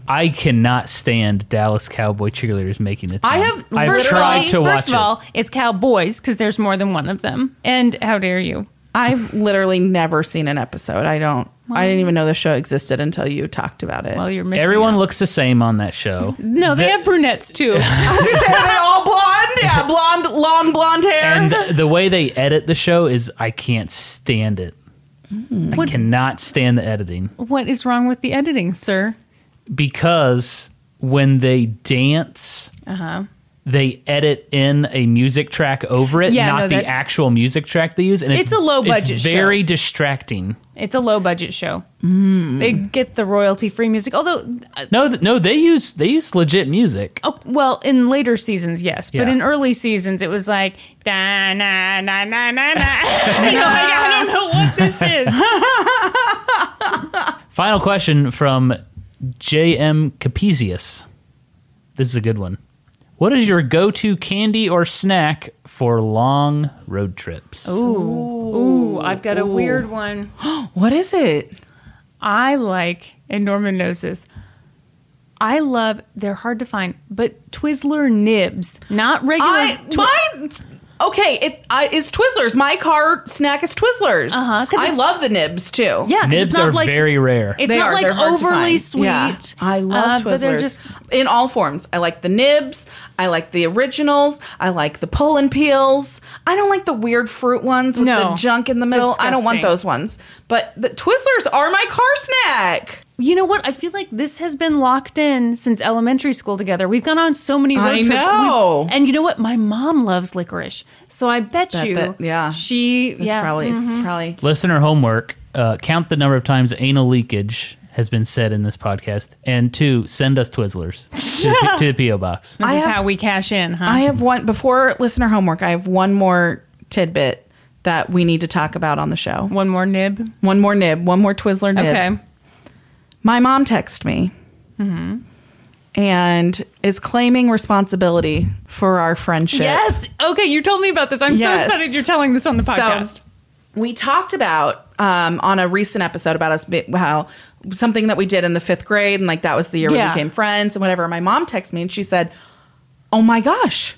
I cannot stand Dallas Cowboy cheerleaders making the team. I have I've literally- tried to watch First of all, it's cowboys because there's more than one of them. And how dare you? I've literally never seen an episode. I don't. I didn't even know the show existed until you talked about it. Well, you're it. missing Everyone out. looks the same on that show. No, they the- have brunettes too. I was gonna say, are they all blonde? Yeah, blonde, long blonde hair. and the way they edit the show is I can't stand it. Mm. I cannot stand the editing what is wrong with the editing, sir? because when they dance, Uh huh. they edit in a music track over it, Yeah, not no, the that- actual music track they use. And it's, It's a low-budget show. very distracting. It's a low budget show. Mm. They get the royalty free music, although, uh, No, th- no, they use they use legit music. oh, well, in later seasons, yes, but Yeah. in early seasons, it was like da na na na na na. you know, like, I don't know what this is. Final question from J.M. Capesius. This is a good one. What is your go-to candy or snack for long road trips? Oh, Ooh, I've got a weird one. What is it? I like, and Norman knows this. I love. They're hard to find, but Twizzler nibs, not regular. I Twi- mine. Okay, it I, is Twizzlers. My car snack is Twizzlers. Uh-huh, 'cause I it's- love the nibs too. yeah, 'cause it's Nibs not are like, very rare. It's They not are. like They're hard to overly find. sweet. Yeah. I love uh, Twizzlers. but they're just in all forms. I like the nibs. I like the originals. I like the pull and peels. I don't like the weird fruit ones with No. the junk in the middle. I don't want Disgusting. those ones. But the Twizzlers are my car snack. You know what? I feel like this has been locked in since elementary school together. We've gone on so many road I trips. We- know. and you know what? My mom loves licorice, so I bet, you, that- yeah. she, It's yeah, Mm-hmm. probably it's probably Listener homework: uh, count the number of times anal leakage has been said in this podcast, and two, send us Twizzlers to, the, P- to the PO box. This I is have- how we cash in, huh? I have one before listener homework. I have one more tidbit that we need to talk about on the show. One more nib. One more nib, one more Twizzler nib. Okay. My mom texted me Mm-hmm. and is claiming responsibility for our friendship. Yes. Okay. You told me about this. I'm Yes. so excited you're telling this on the podcast. So we talked about um, on a recent episode about us be- how something that we did in the fifth grade and like that was the year Yeah. we became friends and whatever. My mom texted me and she said, "Oh my gosh,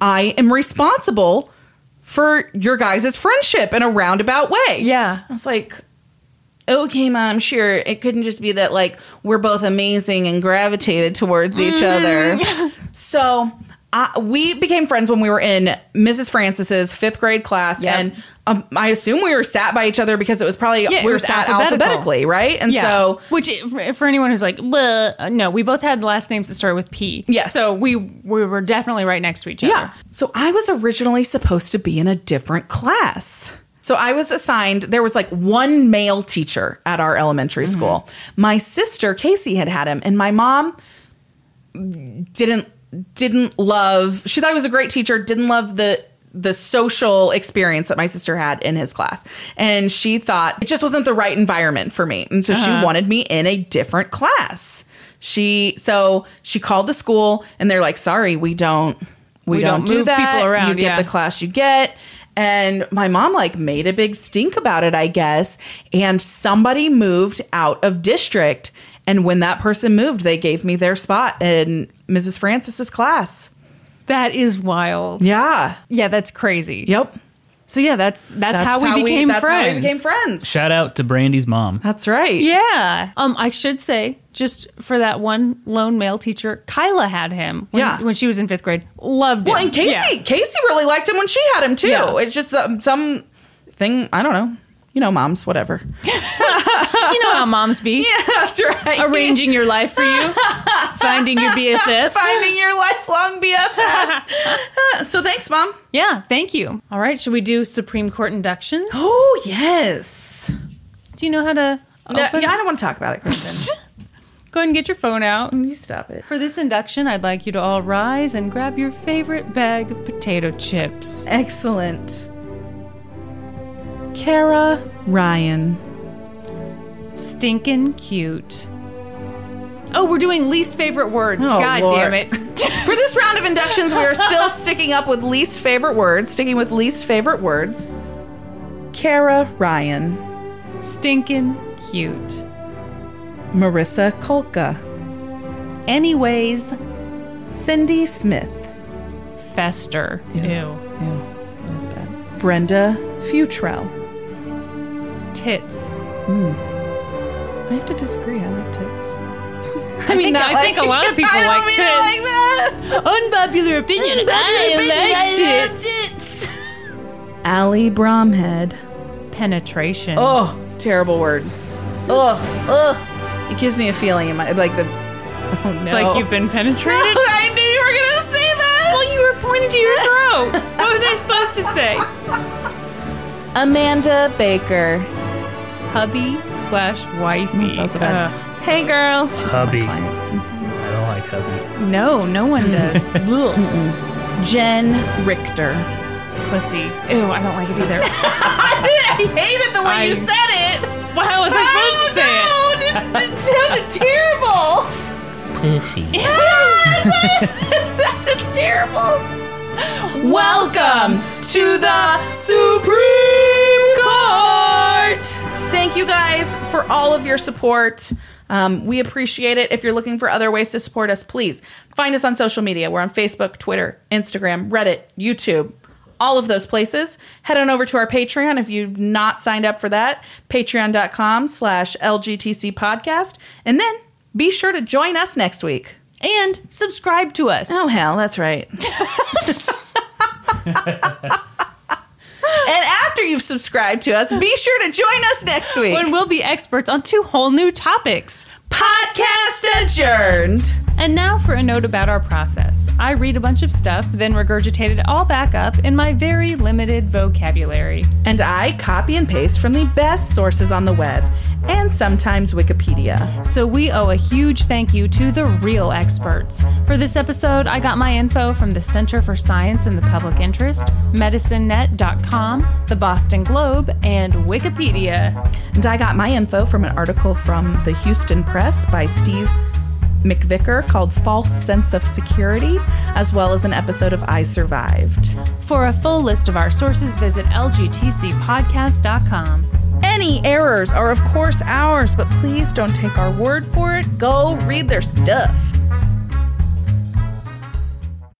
I am responsible for your guys' friendship in a roundabout way." Yeah. I was like. Okay, mom, sure. It couldn't just be that, like, we're both amazing and gravitated towards each Mm-hmm. other. So I, we became friends when we were in Mrs. Francis's fifth grade class, Yep. and um, I assume we were sat by each other because it was probably Yeah, it we were was sat alphabetical. alphabetically, right? And so which for- for anyone who's like, "Bleh," uh, no, we both had last names that started with P. Yes. So we we were definitely right next to each other. yeah, so I was originally supposed to be in a different class. So I was assigned. There was like one male teacher at our elementary Mm-hmm. school. My sister Casey had had him, and my mom didn't didn't love she thought he was a great teacher didn't love the the social experience that my sister had in his class and she thought it just wasn't the right environment for me and so Uh-huh. she wanted me in a different class she so she called the school and they're like sorry we don't we, We don't, don't do move that people around, you get yeah. the class you get and my mom like made a big stink about it i guess and somebody moved out of district and when that person moved they gave me their spot in mrs francis's class That is wild. yeah Yeah, that's crazy. yep So yeah, that's that's, how, we became that's friends. how we became friends Shout out to Brandy's mom. that's right Yeah. Um, I should say, just for that one lone male teacher, Kyla had him when, Yeah. when she was in fifth grade. Loved him. well and casey Yeah. casey really liked him when she had him too Yeah. it's just um, some thing i don't know you know moms whatever You know how moms be. that's right Arranging your life for you, finding your BFF. finding your lifelong bff so thanks mom Yeah, thank you. All right, should we do Supreme Court inductions? oh yes Do you know how to No, open? yeah, I don't want to talk about it, Kristen. Go ahead and get your phone out. you stop it. For this induction, I'd like you to all rise and grab your favorite bag of potato chips. Excellent. Kara Ryan. Stinkin' cute. Oh, we're doing least favorite words. Oh, God Lord. damn it. For this round of inductions, we are still sticking up with least favorite words, sticking with least favorite words. Kara Ryan, Stinkin' cute. Marissa Kolka, Anyways, Cindy Smith, fester. Ew. that is bad. Brenda Futrell. Tits. I have to disagree. I like tits. I I think- I think a lot of people I don't like mean tits. it like that. Unpopular opinion. I tits. Allie Bromhead. like penetration. Oh, terrible word. Ugh, ugh. It gives me a feeling in my like the. Oh no! Like you've been penetrated? I knew you were gonna say that. pointed to your throat. what was I supposed to say? Amanda Baker. Hubby slash wifey. Uh, That's also bad. Ugh. hey, girl. She's one of Hubby. my clients. I don't like hubby. no, no one does. Ugh. Jen Richter. Pussy. Ew, I don't like it either. I hated the way I- you said it. Well, How was I supposed to say it? Oh, it. sounded terrible. Pussy. it sounded terrible. Welcome to the Supreme Court. Thank you guys for all of your support. Um, we appreciate it. If you're looking for other ways to support us, please find us on social media. We're on Facebook, Twitter, Instagram, Reddit, YouTube, all of those places. Head on over to our Patreon if you've not signed up for that. Patreon.com slash LGTC podcast. And then be sure to join us next week. And subscribe to us. Oh, hell, that's right. and after you've subscribed to us, be sure to join us next week. When we'll be experts on two whole new topics. Podcast adjourned. And now for a note about our process. I read a bunch of stuff, then regurgitate it all back up in my very limited vocabulary. And I copy and paste from the best sources on the web and sometimes Wikipedia. So we owe a huge thank you to the real experts. For this episode, I got my info from the Center for Science and the Public Interest, medicinenet.com, the Boston Globe, and Wikipedia. And I got my info from an article from the Houston Press by Steve McVicker called False Sense of Security, as well as an episode of I Survived. For a full list of our sources, visit lgtcpodcast.com. Any errors are, of course, ours, but please don't take our word for it. Go read their stuff.